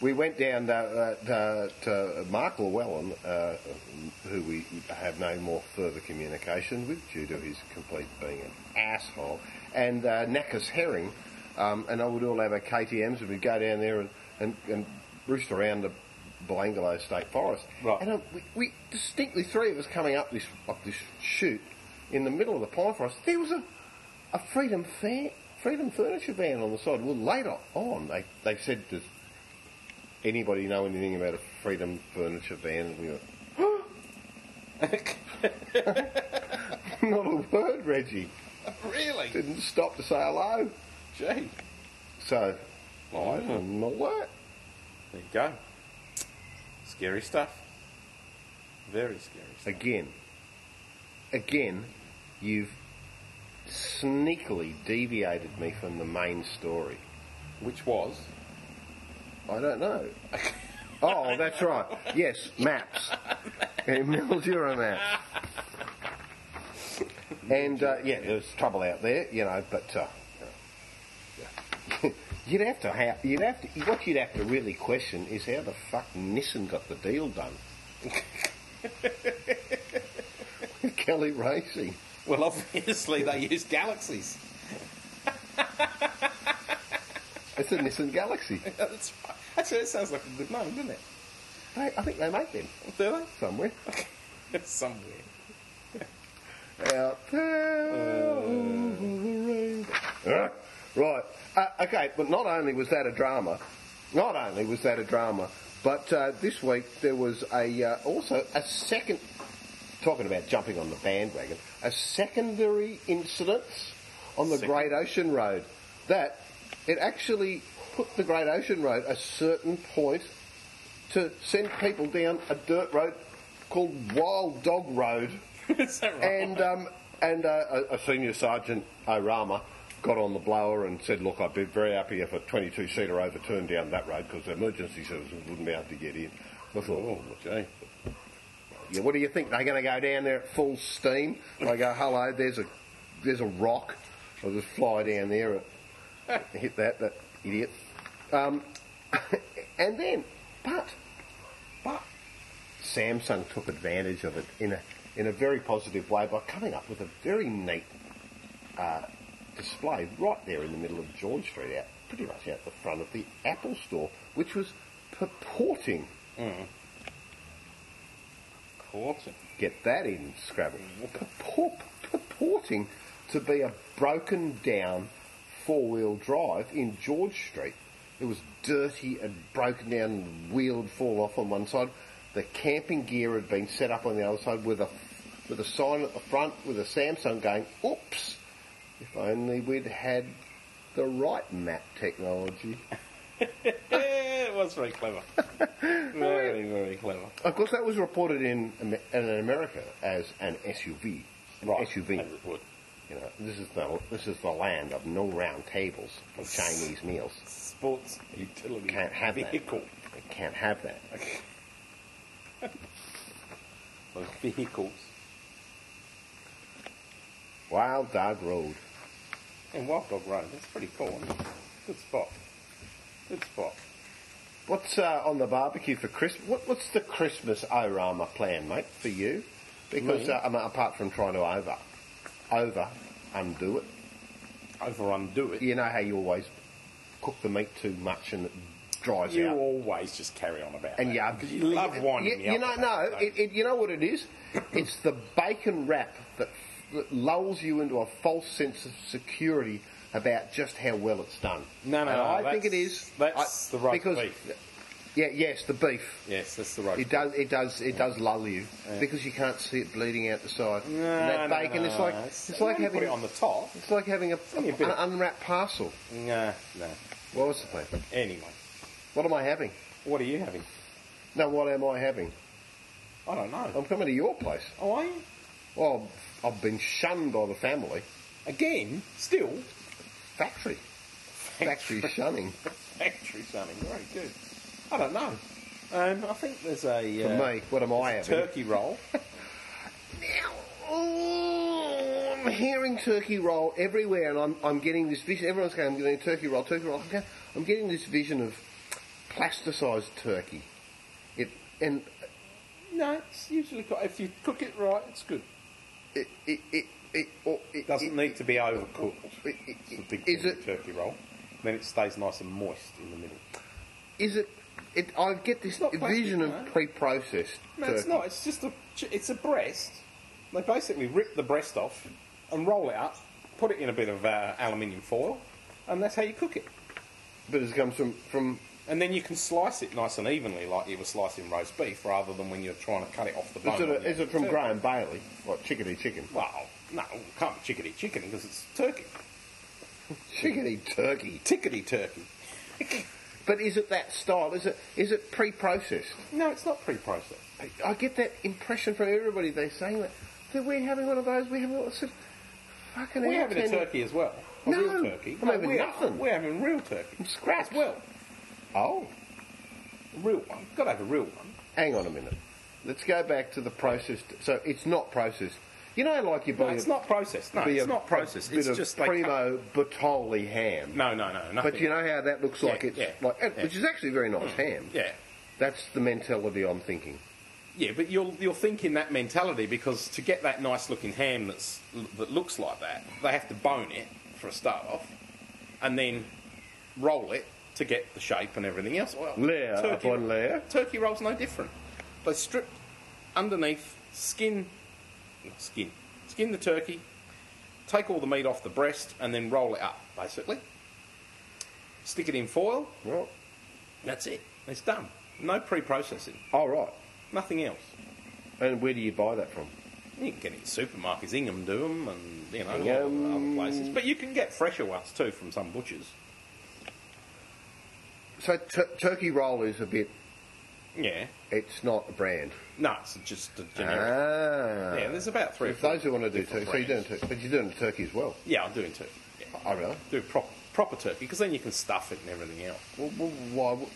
we went down uh, uh, to, to Mark Llewellyn, uh, who we have no more further communication with due to his complete being an asshole, and uh, Knackers Herring, um, and I would all have our KTMs and we'd go down there and, and, and roost around the Belangolo State Forest. Right. And uh, we, we distinctly, three of us coming up this up this chute in the middle of the pine forest, there was a a Freedom fan, Freedom Furniture van on the side. Well, later on, they, they said, does anybody know anything about a Freedom Furniture van? And we went, not a word, Reggie. really? Didn't stop to say hello. Gee. There So, Oh. I don't know what. you go. Scary stuff. Very scary stuff. Again, again, you've sneakily deviated me from the main story. Which was? I don't know. oh, that's right. Yes, maps. And Mildura maps. And uh, yeah, there's trouble out there, you know. But uh, yeah. you'd have to, ha- you'd have to. What you'd have to really question is how the fuck Nissen got the deal done. With Kelly Racing. Well, obviously they used galaxies. It's a Nissan Galaxy. That's right. Actually, that sounds like a good name, doesn't it? They, I think they make them Do somewhere. they? Somewhere. out there over the rainbow. Alright, Right. Uh, okay, but not only was that a drama, not only was that a drama, but uh, this week there was a uh, also a second talking about jumping on the bandwagon, a secondary incident on the Great Ocean Road. That it actually put the Great Ocean Road a certain point to send people down a dirt road called Wild Dog Road. Is that right? And um, and uh, a, a senior sergeant Orama got on the blower and said, "Look, I'd be very happy if a 22-seater overturned down that road because the emergency services wouldn't be able to get in." I thought, "Oh, gee." Yeah, what do you think? They're going to go down there at full steam? They go, "Hello, there's a there's a rock. I'll just fly down there and hit that that idiot." Um, and then, but but Samsung took advantage of it in a in a very positive way by coming up with a very neat uh, display right there in the middle of George Street, out pretty much out the front of the Apple Store, which was purporting Quarter. get that in Scrabble purport, purporting to be a broken down four wheel drive in George Street. It was dirty and broken down, and wheel had fallen off on one side. The camping gear had been set up on the other side with a with a sign at the front with a Samsung going, "Oops! If only we'd had the right map technology." Yeah, it was very clever. very, very clever. Of course, that was reported in Am- in America as an SUV, an SUV. As it would. You know, this is the this is the land of no round tables and Chinese meals. Sports utility Can't have that. vehicle. They can't have that. Those vehicles. Wild Dog Road. And Wild Dog Road, that's pretty cool. Isn't it? Good spot. Good spot. What's uh, on the barbecue for Christmas? What, what's the Christmas Orama plan, mate, for you? Because uh, I mean, apart from trying to over, over, undo it. Over undo it. You know how you always cook the meat too much and it dries You out. always just carry on about and that. yeah, 'Cause you love winding me You, you up know, about no, that, it, it, you know what it is. it's the bacon wrap that, that lulls you into a false sense of security about just how well it's done. No, no, And no, I think it that's- is. that's I- the roast because, beef. Yeah, yes, the beef. Yes, that's the road. It does, it does, it does lull you because you can't see it bleeding out the side. and that bacon is like it's, like you having put it on the top. it's like having a, only a bit an of- unwrapped parcel. Nah, nah. What was the plan? Anyway, What am I having? what are you having? No, what am I having? I don't know. I'm coming to your place. Oh, are you? Well, I've been shunned by the family. Again? Still? Factory. Factory shunning. Factory something. Very good. I don't know. Um, I think there's a. For uh, me, what am I having? Turkey roll. Ooh, Oh, I'm hearing turkey roll everywhere, and I'm, I'm getting this vision. Everyone's going, I'm getting turkey roll, turkey roll. I'm getting, I'm getting this vision of plasticised turkey. It and no, it's usually quite, if you cook it right, it's good. it it it, it, or it Doesn't it- need to be overcooked. it- it- It's the big is thing it with turkey roll. Then it stays nice and moist in the middle. is it? It, I get this not plastic, vision of no. pre-processed. No, it's turkey. not. It's just a. It's a breast. They basically rip the breast off and roll it up, put it in a bit of uh, aluminium foil, and that's how you cook it. but it comes from from And then you can slice it nice and evenly, like you were slicing roast beef, rather than when you're trying to cut it off the bone. Is it, on a, the is it actual from turkey. Graham Bailey? What, chickadee chicken? Well, no, it can't be chickadee chicken because it's turkey. Chickadee turkey. Tickety turkey. But is it that style? Is it is it pre-processed? No, it's not pre-processed. I, I get that impression from everybody. They're saying that, that we're having one of those. We're having one of those. Fucking We're hell, having a Tanya. turkey as well. A No, real turkey. I'm having we're, nothing. We're having real turkey. From scratch. As well. Oh, A real one. Got to have a real one. hang on a minute. Let's go back to the processed. So it's not processed. You know, like you buy. No, it's a, not processed. No, be it's a not processed. Bit It's of just like primo Bertolli ham. No, no, no, nothing. But you know how that looks Yeah, like it's yeah, like, it- yeah. Mm, which is actually very nice ham. Yeah, That's the mentality I'm thinking. yeah, but you're you're thinking that mentality because to get that nice looking ham that's that looks like that, they have to bone it for a start off, and then roll it to get the shape and everything else. Well, Layer turkey, upon layer. Turkey rolls no different. They strip underneath, skin, skin, skin the turkey, take all the meat off the breast, and then roll it up basically. Stick it in foil. Well, That's it. It's done. No pre-processing. all right. Nothing else. And where do you buy that from? You can get it in supermarkets. Ingham do them, and you know, a lot of Ingham. other places. But you can get fresher ones too from some butchers. So tur turkey roll is a bit. Yeah. It's not a brand. No, it's just a generic. Ah. yeah, there's about three or If four. those who want to do turkey, different so you're doing brands. turkey, but you're doing turkey as well. Yeah, I'm doing turkey. Yeah. Oh, really? Do prop, proper turkey because then you can stuff it and everything else. Well, well, why, w-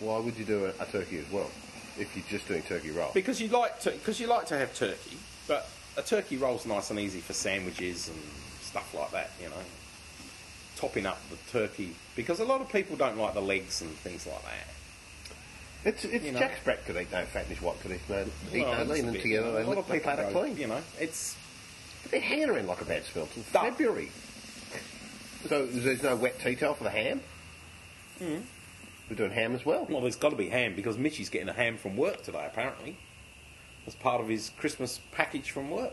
why would you do a, a turkey as well if you're just doing turkey roll? Because you like to, because you like to have turkey, but a turkey roll's nice and easy for sandwiches and stuff like that. You know, topping up the turkey because a lot of people don't like the legs and things like that. It's, it's You know. Jack Sprat could eat no fat, and his wife could eat no. Eat Well, no it's a lean and bit- together, they a lot look of like people butter go, clean. You know, it's But They're hammering like a bad smell in Duh. February. So there's no wet tea towel for the ham? We're doing ham as well. Hmm. well, there's got to be ham because Mitchy's getting a ham from work today. Apparently, as part of his Christmas package from work,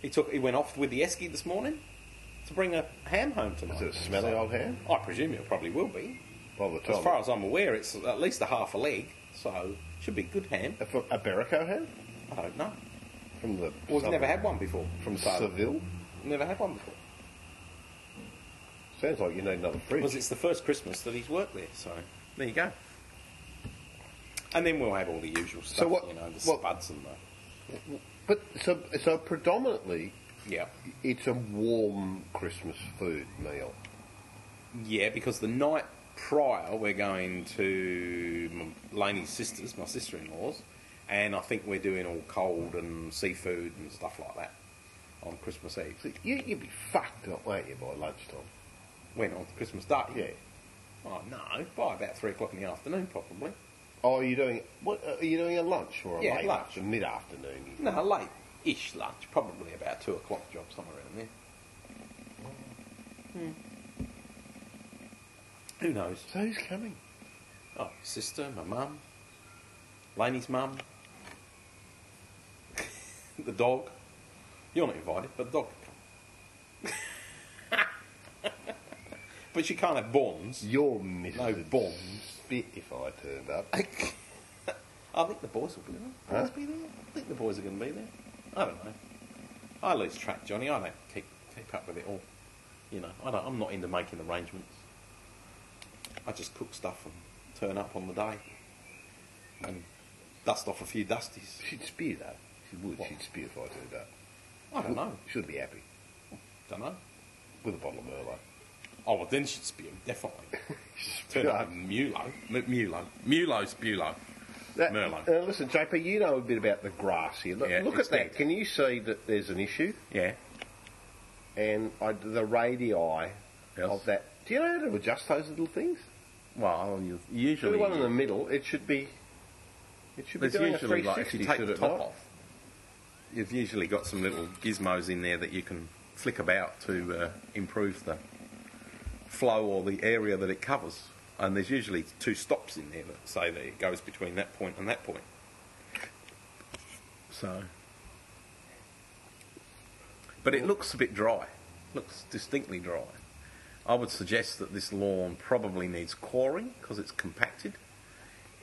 he took he went off with the esky this morning to bring a ham home tonight. Is it a smelly old ham? I presume it probably will be. By the time. As far as I'm aware, it's at least a half a leg, so should be good ham. A, for- a Berrico ham? I don't know. From the. We've southern- never had one before. From so- Seville? Never had one before. Sounds like you need another fridge. Because it's the first Christmas that he's worked there, so there you go. And then we'll have all the usual stuff, what- you know, the what- spuds and the... But so, so predominantly, Yeah. it's a warm Christmas food meal. Yeah, because the night prior we're going to m- Laney's sister's, my sister-in-law's, and I think we're doing all cold and seafood and stuff like that on Christmas Eve. So you, you'd be fucked up, won't you, by lunchtime? When? On Christmas Day? Yeah. Oh, no, by about three o'clock in the afternoon, probably. Oh, are you doing what? Are you doing a lunch or a Yeah, late lunch. mid afternoon? No, late-ish lunch, probably about two o'clock job somewhere around there. Who knows? So who's coming? Oh, sister, my mum, Laney's mum, the dog. You're not invited, but the dog can come. but she can't have bonds. You're Mrs. No bombs. Spit if I turned up. I think the boys will be there. Boys Huh? be there. I think the boys are going to be there. I don't know. I lose track, Johnny. I don't keep keep up with it all. You know, I don't, I'm not into making arrangements. I just cook stuff and turn up on the day and dust off a few dusties. She'd spear though. She would. What? She'd spear if I turned up. I don't know. She'd be happy Don't know. with a bottle of Merlot. Oh, well, then she'd spew definitely. Spew Turn up up. and Mulo, M- Mulo, Mulo, Spulo. That- Merlot. Uh, listen, JP, you know a bit about the grass here. Look, Yeah, look at that. expect. Can you see that there's an issue? Yeah. And I, the radii of that. Do you know how to adjust those little things? Well, you The usually one in the middle, it should be. It should be There's doing usually a like if 360, you take should the it top not? off, you've usually got some little gizmos in there that you can flick about to uh, improve the flow or the area that it covers. And there's usually two stops in there that say that it goes between that point and that point. So, but it looks a bit dry. Looks distinctly dry. I would suggest that this lawn probably needs quarrying because it's compacted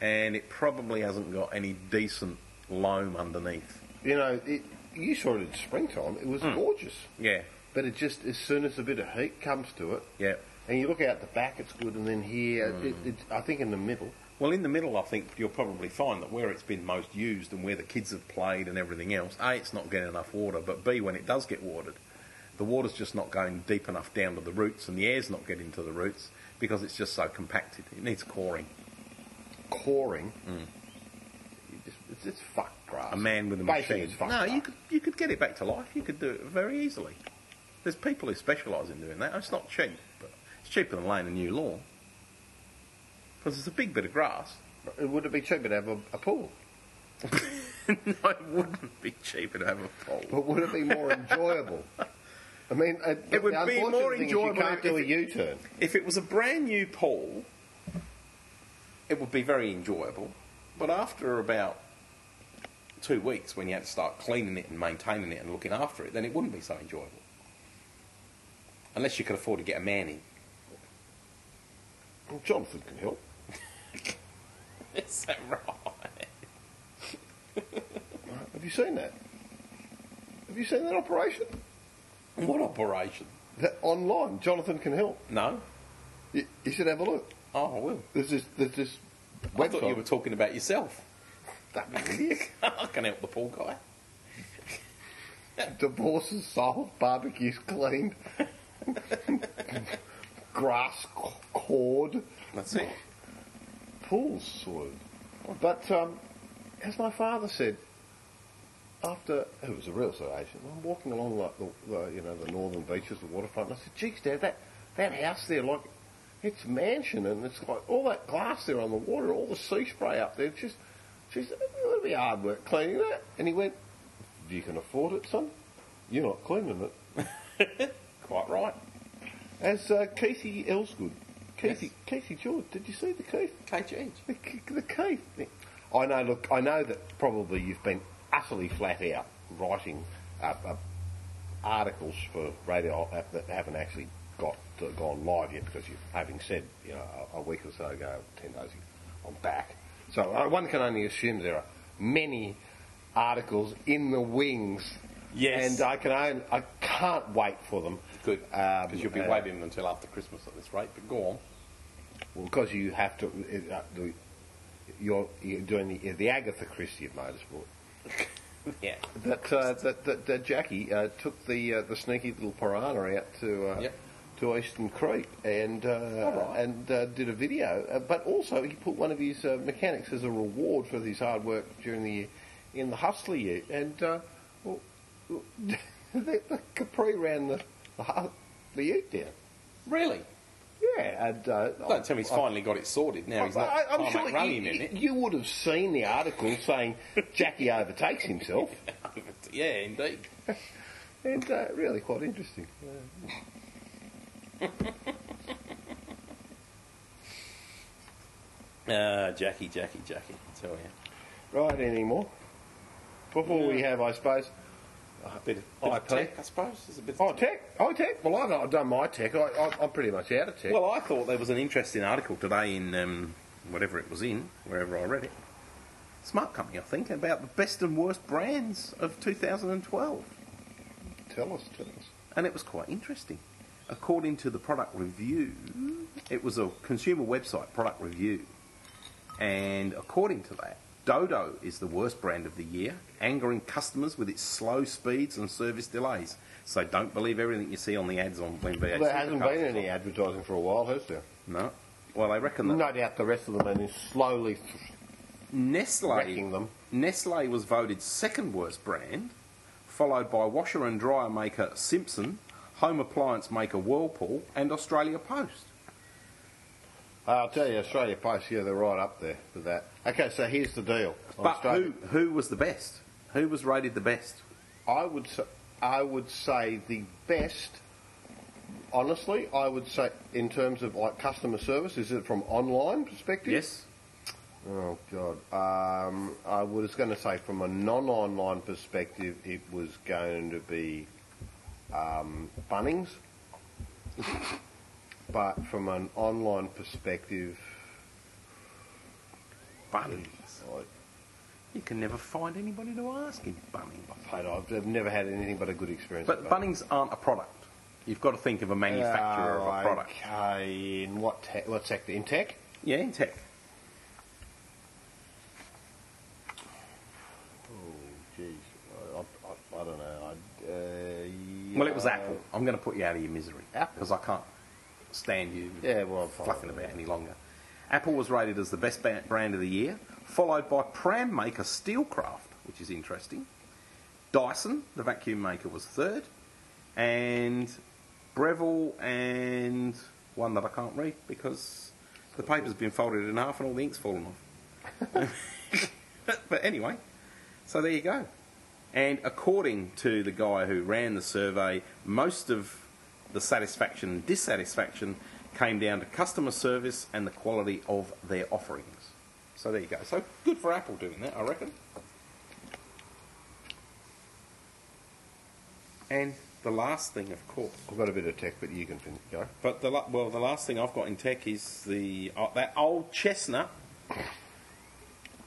and it probably hasn't got any decent loam underneath. You know, it, you saw it in springtime. It was Hmm. gorgeous, Yeah, but it just as soon as a bit of heat comes to it, yeah. Hmm. and you look out the back, it's good, and then here, it, it, I think in the middle, Well, in the middle, I think you'll probably find that where it's been most used and where the kids have played and everything else, A, it's not getting enough water, but B, when it does get watered, the water's just not going deep enough down to the roots and the air's not getting to the roots because it's just so compacted. It needs coring. coring. You just, it's, it's fucked grass. Mm. A man with a Basically, machine. It's fucked no, grass. you could, you could get it back to life. You could do it very easily. There's people who specialise in doing that. It's not cheap, but it's cheaper than laying a new lawn. Because it's a big bit of grass. It would it be cheaper to have a, a pool? no, it wouldn't be cheaper to have a pole. But would it be more enjoyable? I mean, uh, It would the be unfortunate more thing is enjoyable You can't if do a it- U-turn. If it was a brand new pole, it would be very enjoyable. But after about two weeks, when you had to start cleaning it and maintaining it and looking after it, then it wouldn't be so enjoyable. Unless you could afford to get a man in. Well, Jonathan can help. Is that right? Have you seen that? Have you seen that operation? What operation? That online, Jonathan can help. No. You, you should have a look. Oh, I will. There's this, there's this I thought you were website. talking about yourself. Don't be an idiot. I can help the poor guy. Divorces solved, barbecues cleaned, grass c- cord, That's it. pools sorted. But um, as my father said, after it was a real estate agent, I'm walking along like the, the you know the northern beaches, the waterfront, and I said, "Geez, Dad, that that house there, like it's a mansion, and it's like all that glass there on the water, all the sea spray up there, it's just, geez, it'll be hard work cleaning that." And he went, "You can afford it, son. You're not cleaning it." Quite right. As uh, Casey Elsgood, Casey Yes. Casey George, did you see the Keith? KG. The, c- the cave. I know. Look, I know that probably you've been utterly flat out writing uh, uh, articles for radio uh, that that haven't actually got uh, gone live yet because you, having said you know a, a week or so ago, ten days ago, I'm back. So uh, one can only assume there are many articles in the wings. Yes. And I can only, I can't wait for them. Good. Um, Because you'll be uh, waving them until after Christmas at this rate, but go on. Well, because you have to. It, uh, do, you're, you're doing the, the Agatha Christie of motorsport. Yeah. That, uh, that, that, that Jackie uh, took the uh, the sneaky little piranha out to uh, Yep. to Eastern Creek and uh, right. and uh, did a video. Uh, but also he put one of his uh, mechanics as a reward for his hard work during the year in the Hustler year. And uh, well, the, the Capri ran the the, hu- the Ute down. Really? Yeah, and uh, Don't tell me he's I- finally got it sorted now. He's not I, oh, I'm mate, sure run you, him in it. you would have seen the article saying Jackie overtakes himself, yeah, indeed. and uh, really quite interesting. Uh, Jackie, Jackie, Jackie. I tell you. Right, any more? Before we have, I suppose. A bit of, bit IP. of tech, I suppose. There's a bit of Oh, tech. Oh, tech. Well, I've, I've done my tech. I, I, I'm pretty much out of tech. Well, I thought there was an interesting article today in um, whatever it was in, wherever I read it. Smart Company, I think, about the best and worst brands of 2012. tell us, tell us. And it was quite interesting. According to the product review, it was a consumer website product review. And according to that, Dodo is the worst brand of the year, angering customers with its slow speeds and service delays. So don't believe everything you see on the ads on Wimby. There hasn't been any advertising for a while, has there? No. Well, I reckon that No doubt the rest of them have been slowly th- Nestle wrecking them. Nestle was voted second worst brand, followed by washer and dryer maker Simpson, home appliance maker Whirlpool, and Australia Post. Uh, I'll tell you, Australia Post, yeah, they're right up there with that. Okay, so here's the deal. on But Oh, Australia- who who was the best? Who was rated the best? I would say, I would say the best. Honestly, I would say in terms of like customer service, is it from online perspective? Yes. Oh God, um, I was going to say from a non-online perspective, it was going to be um, Bunnings, but from an online perspective, Bunnings. I, You can never find anybody to ask in Bunnings. I don't- I've never had anything but a good experience. But with Bunnings aren't a product. You've got to think of a manufacturer Oh, of a product. Okay, in what te- what sector? In tech. Yeah, in tech. Oh, jeez. I, I, I don't know. I, uh, Well, it was yeah. Apple. I'm going to put you out of your misery Apple? because I can't stand you. Yeah, well, I'm fine. fluffing about any longer. Apple was rated as the best ba- brand of the year, followed by pram maker Steelcraft, which is interesting. Dyson, the vacuum maker, was third, and Breville and one that I can't read because the paper's been folded in half and all the ink's fallen off. but anyway, so there you go. And according to the guy who ran the survey, most of the satisfaction and dissatisfaction came down to customer service and the quality of their offerings. So there you go. So good for Apple doing that, I reckon. And the last thing, of course, I've got a bit of tech, but you can finish. Go. but the la- well, the last thing I've got in tech is the uh, that old chestnut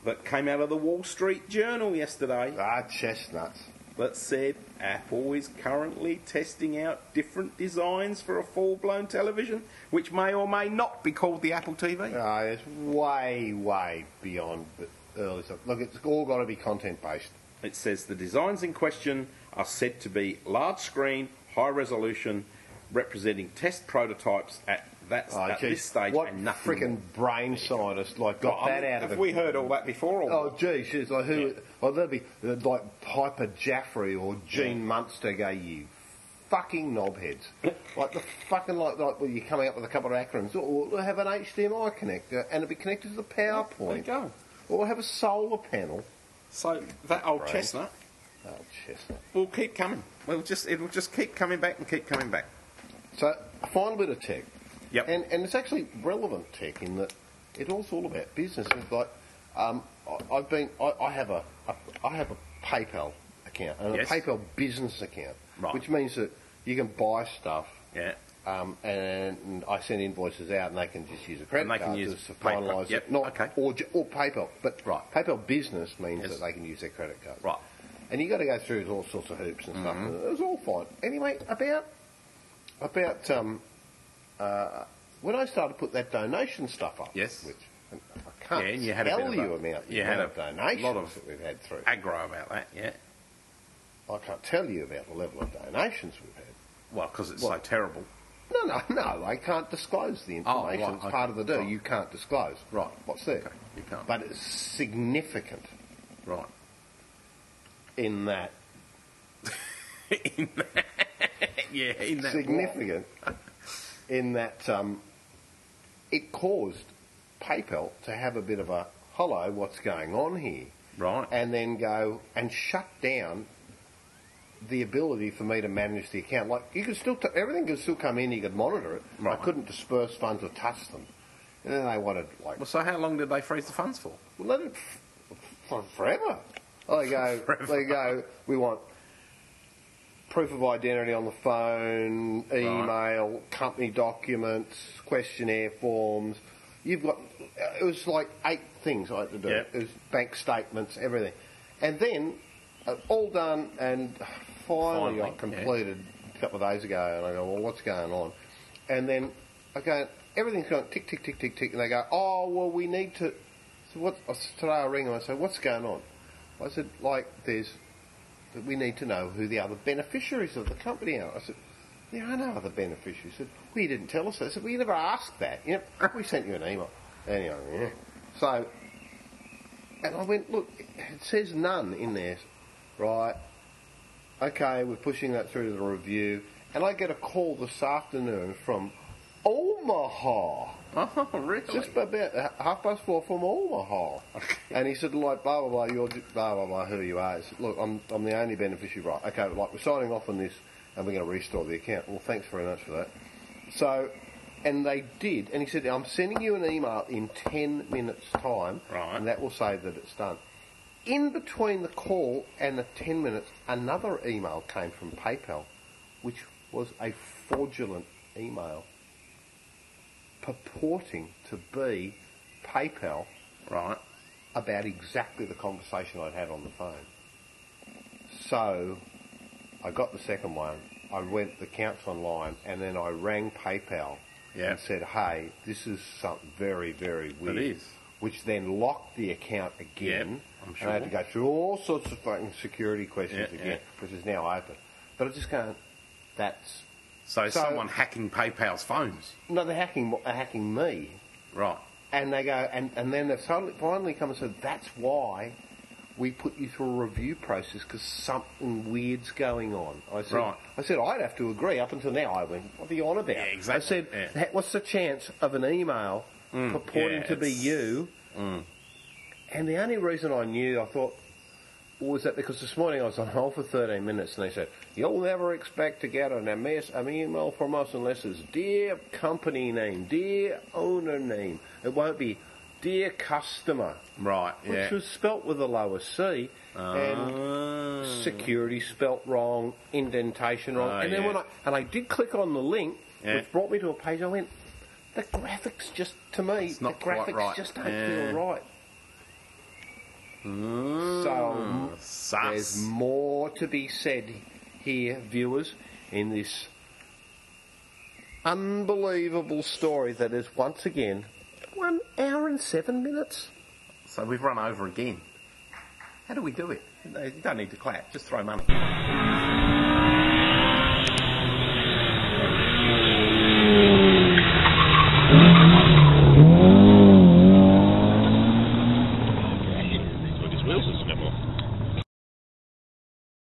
that came out of the Wall Street Journal yesterday. Ah, chestnuts. that said Apple is currently testing out different designs for a full blown television, which may or may not be called the Apple TV. No, Ah, it's way, way beyond the early stuff. Look, it's all got to be content based. It says the designs in question are said to be large screen, high resolution, representing test prototypes at that, Oh, at geez, this stage what and nothing. frickin' more. brain scientist like Oh, got I that mean, out of have it? we heard all that before? Or Oh, geez, it's like who? Oh, that'd be uh, like Piper Jaffrey or Gene Munster. Go you fucking knobheads! like the fucking like like well, you're coming up with a couple of acronyms. Or or have an HDMI connector and it'd be connected to the there you PowerPoint. go. Or have a solar panel. So that old Right. chestnut Oh, chestnut. will keep coming. We'll just it'll just keep coming back and keep coming back. So a final bit of tech. Yep. And and it's actually relevant tech in that it all's all about business. It's like um, I, I've been I, I have a, a I have a PayPal account and Yes. a PayPal business account, Right. which means that you can buy stuff. Yeah. Um, and I send invoices out, and they can just use a credit And they can card use just to PayPal. finalise Yep, it, not okay. or ju- or PayPal. But Right. PayPal business means Yes. that they can use their credit card. Right. Mm-hmm. And you got to go through all sorts of hoops and stuff. and It was all fine. Anyway, about about um, uh, when I started to put that donation stuff up. Yes. Which and I can't Yeah, and you had a tell bit of you a- amount. you had amount a of donations lot of- that we've had through. Aggro about that, yeah. I can't tell you about the level of donations we've had. Well, because it's so What? terrible. No, no, no. I can't disclose the Oh, right, information. it's okay. part of the deal. Right. You can't disclose. Right. What's there? Okay, you can't. But it's significant Right. in that. in that, yeah, in that. significant in that um, it caused PayPal to have a bit of a hello, what's going on here? Right. And then go and shut down the ability for me to manage the account. Like you could still t- everything could still come in. You could monitor it. Right. I couldn't disperse funds or touch them. And then they wanted like Well, so how long did they freeze the funds for? well, let it f- for forever. Oh, they go, Forever. they go. We want proof of identity on the phone, email, company documents, questionnaire forms. You've got. It was like eight things I had to do. Yeah. It was bank statements, everything, and then uh, all done. And finally, Finally, I yeah. completed a couple of days ago, and I go, well, what's going on? And then I go, everything's going tick, tick, tick, tick, tick. And they go, oh, well, we need to. So what? I s- Today I ring them and I say, what's going on? I said, like, there's. That we need to know who the other beneficiaries of the company are. I said, there are no other beneficiaries. I said, well, you didn't tell us that. I said, well, you never asked that. You know, we sent you an email. Anyway, yeah. So, and I went, look, it says none in there. Right okay, we're pushing that through to the review. And I get a call this afternoon from Omaha, Oh, really? just about h- half past four from Omaha. And he said, like, blah, blah, blah, you're ju- blah, blah, blah, who you are. I said, look, I'm, I'm the only beneficiary, right? Okay, like, we're signing off on this and we're going to restore the account. Well, thanks very much for that. So, and they did. And he said, I'm sending you an email in 10 minutes' time. Right. And that will say that it's done. In between the call and the 10 minutes, another email came from PayPal, which was a fraudulent email purporting to be PayPal right. about exactly the conversation I'd had on the phone. So I got the second one. I went the accounts online, and then I rang PayPal Yeah. and said, "Hey, this is something very, very weird." is. Which then locked the account again. Yeah, I'm and I had to sure. go through all sorts of fucking security questions Yeah, again, which is now open. But I just going, "That's So, So- someone hacking PayPal's phones. no, they're hacking, they're hacking me." Right. And they go, and, and then they've suddenly, finally come and said, that's why we put you through a review process because something weird's going on. I said, Right. I said, I'd have to agree. Up until now, I went, what are you on about? Yeah, exactly, I said, yeah. "Ha- what's the chance of an email Mm. purporting yeah, to be it's- you? Mm. And the only reason I knew, I thought, was that because this morning I was on hold for 13 minutes and they said, You'll never expect to get an, MS, an email from us unless it's dear company name, dear owner name. It won't be dear customer, Right. which yeah. was spelt with a lower C Ah. and security spelt wrong, indentation wrong. Oh, and then yeah. when I, and I did click on the link, Yeah. which brought me to a page, I went, The graphics just, to me, It's not the quite graphics right. just don't Yeah. feel right. Hmm. So there's Sus. more to be said here, viewers, in this unbelievable story that is once again one hour and seven minutes. So we've run over again. How do we do it? No, You don't need to clap. Just throw money.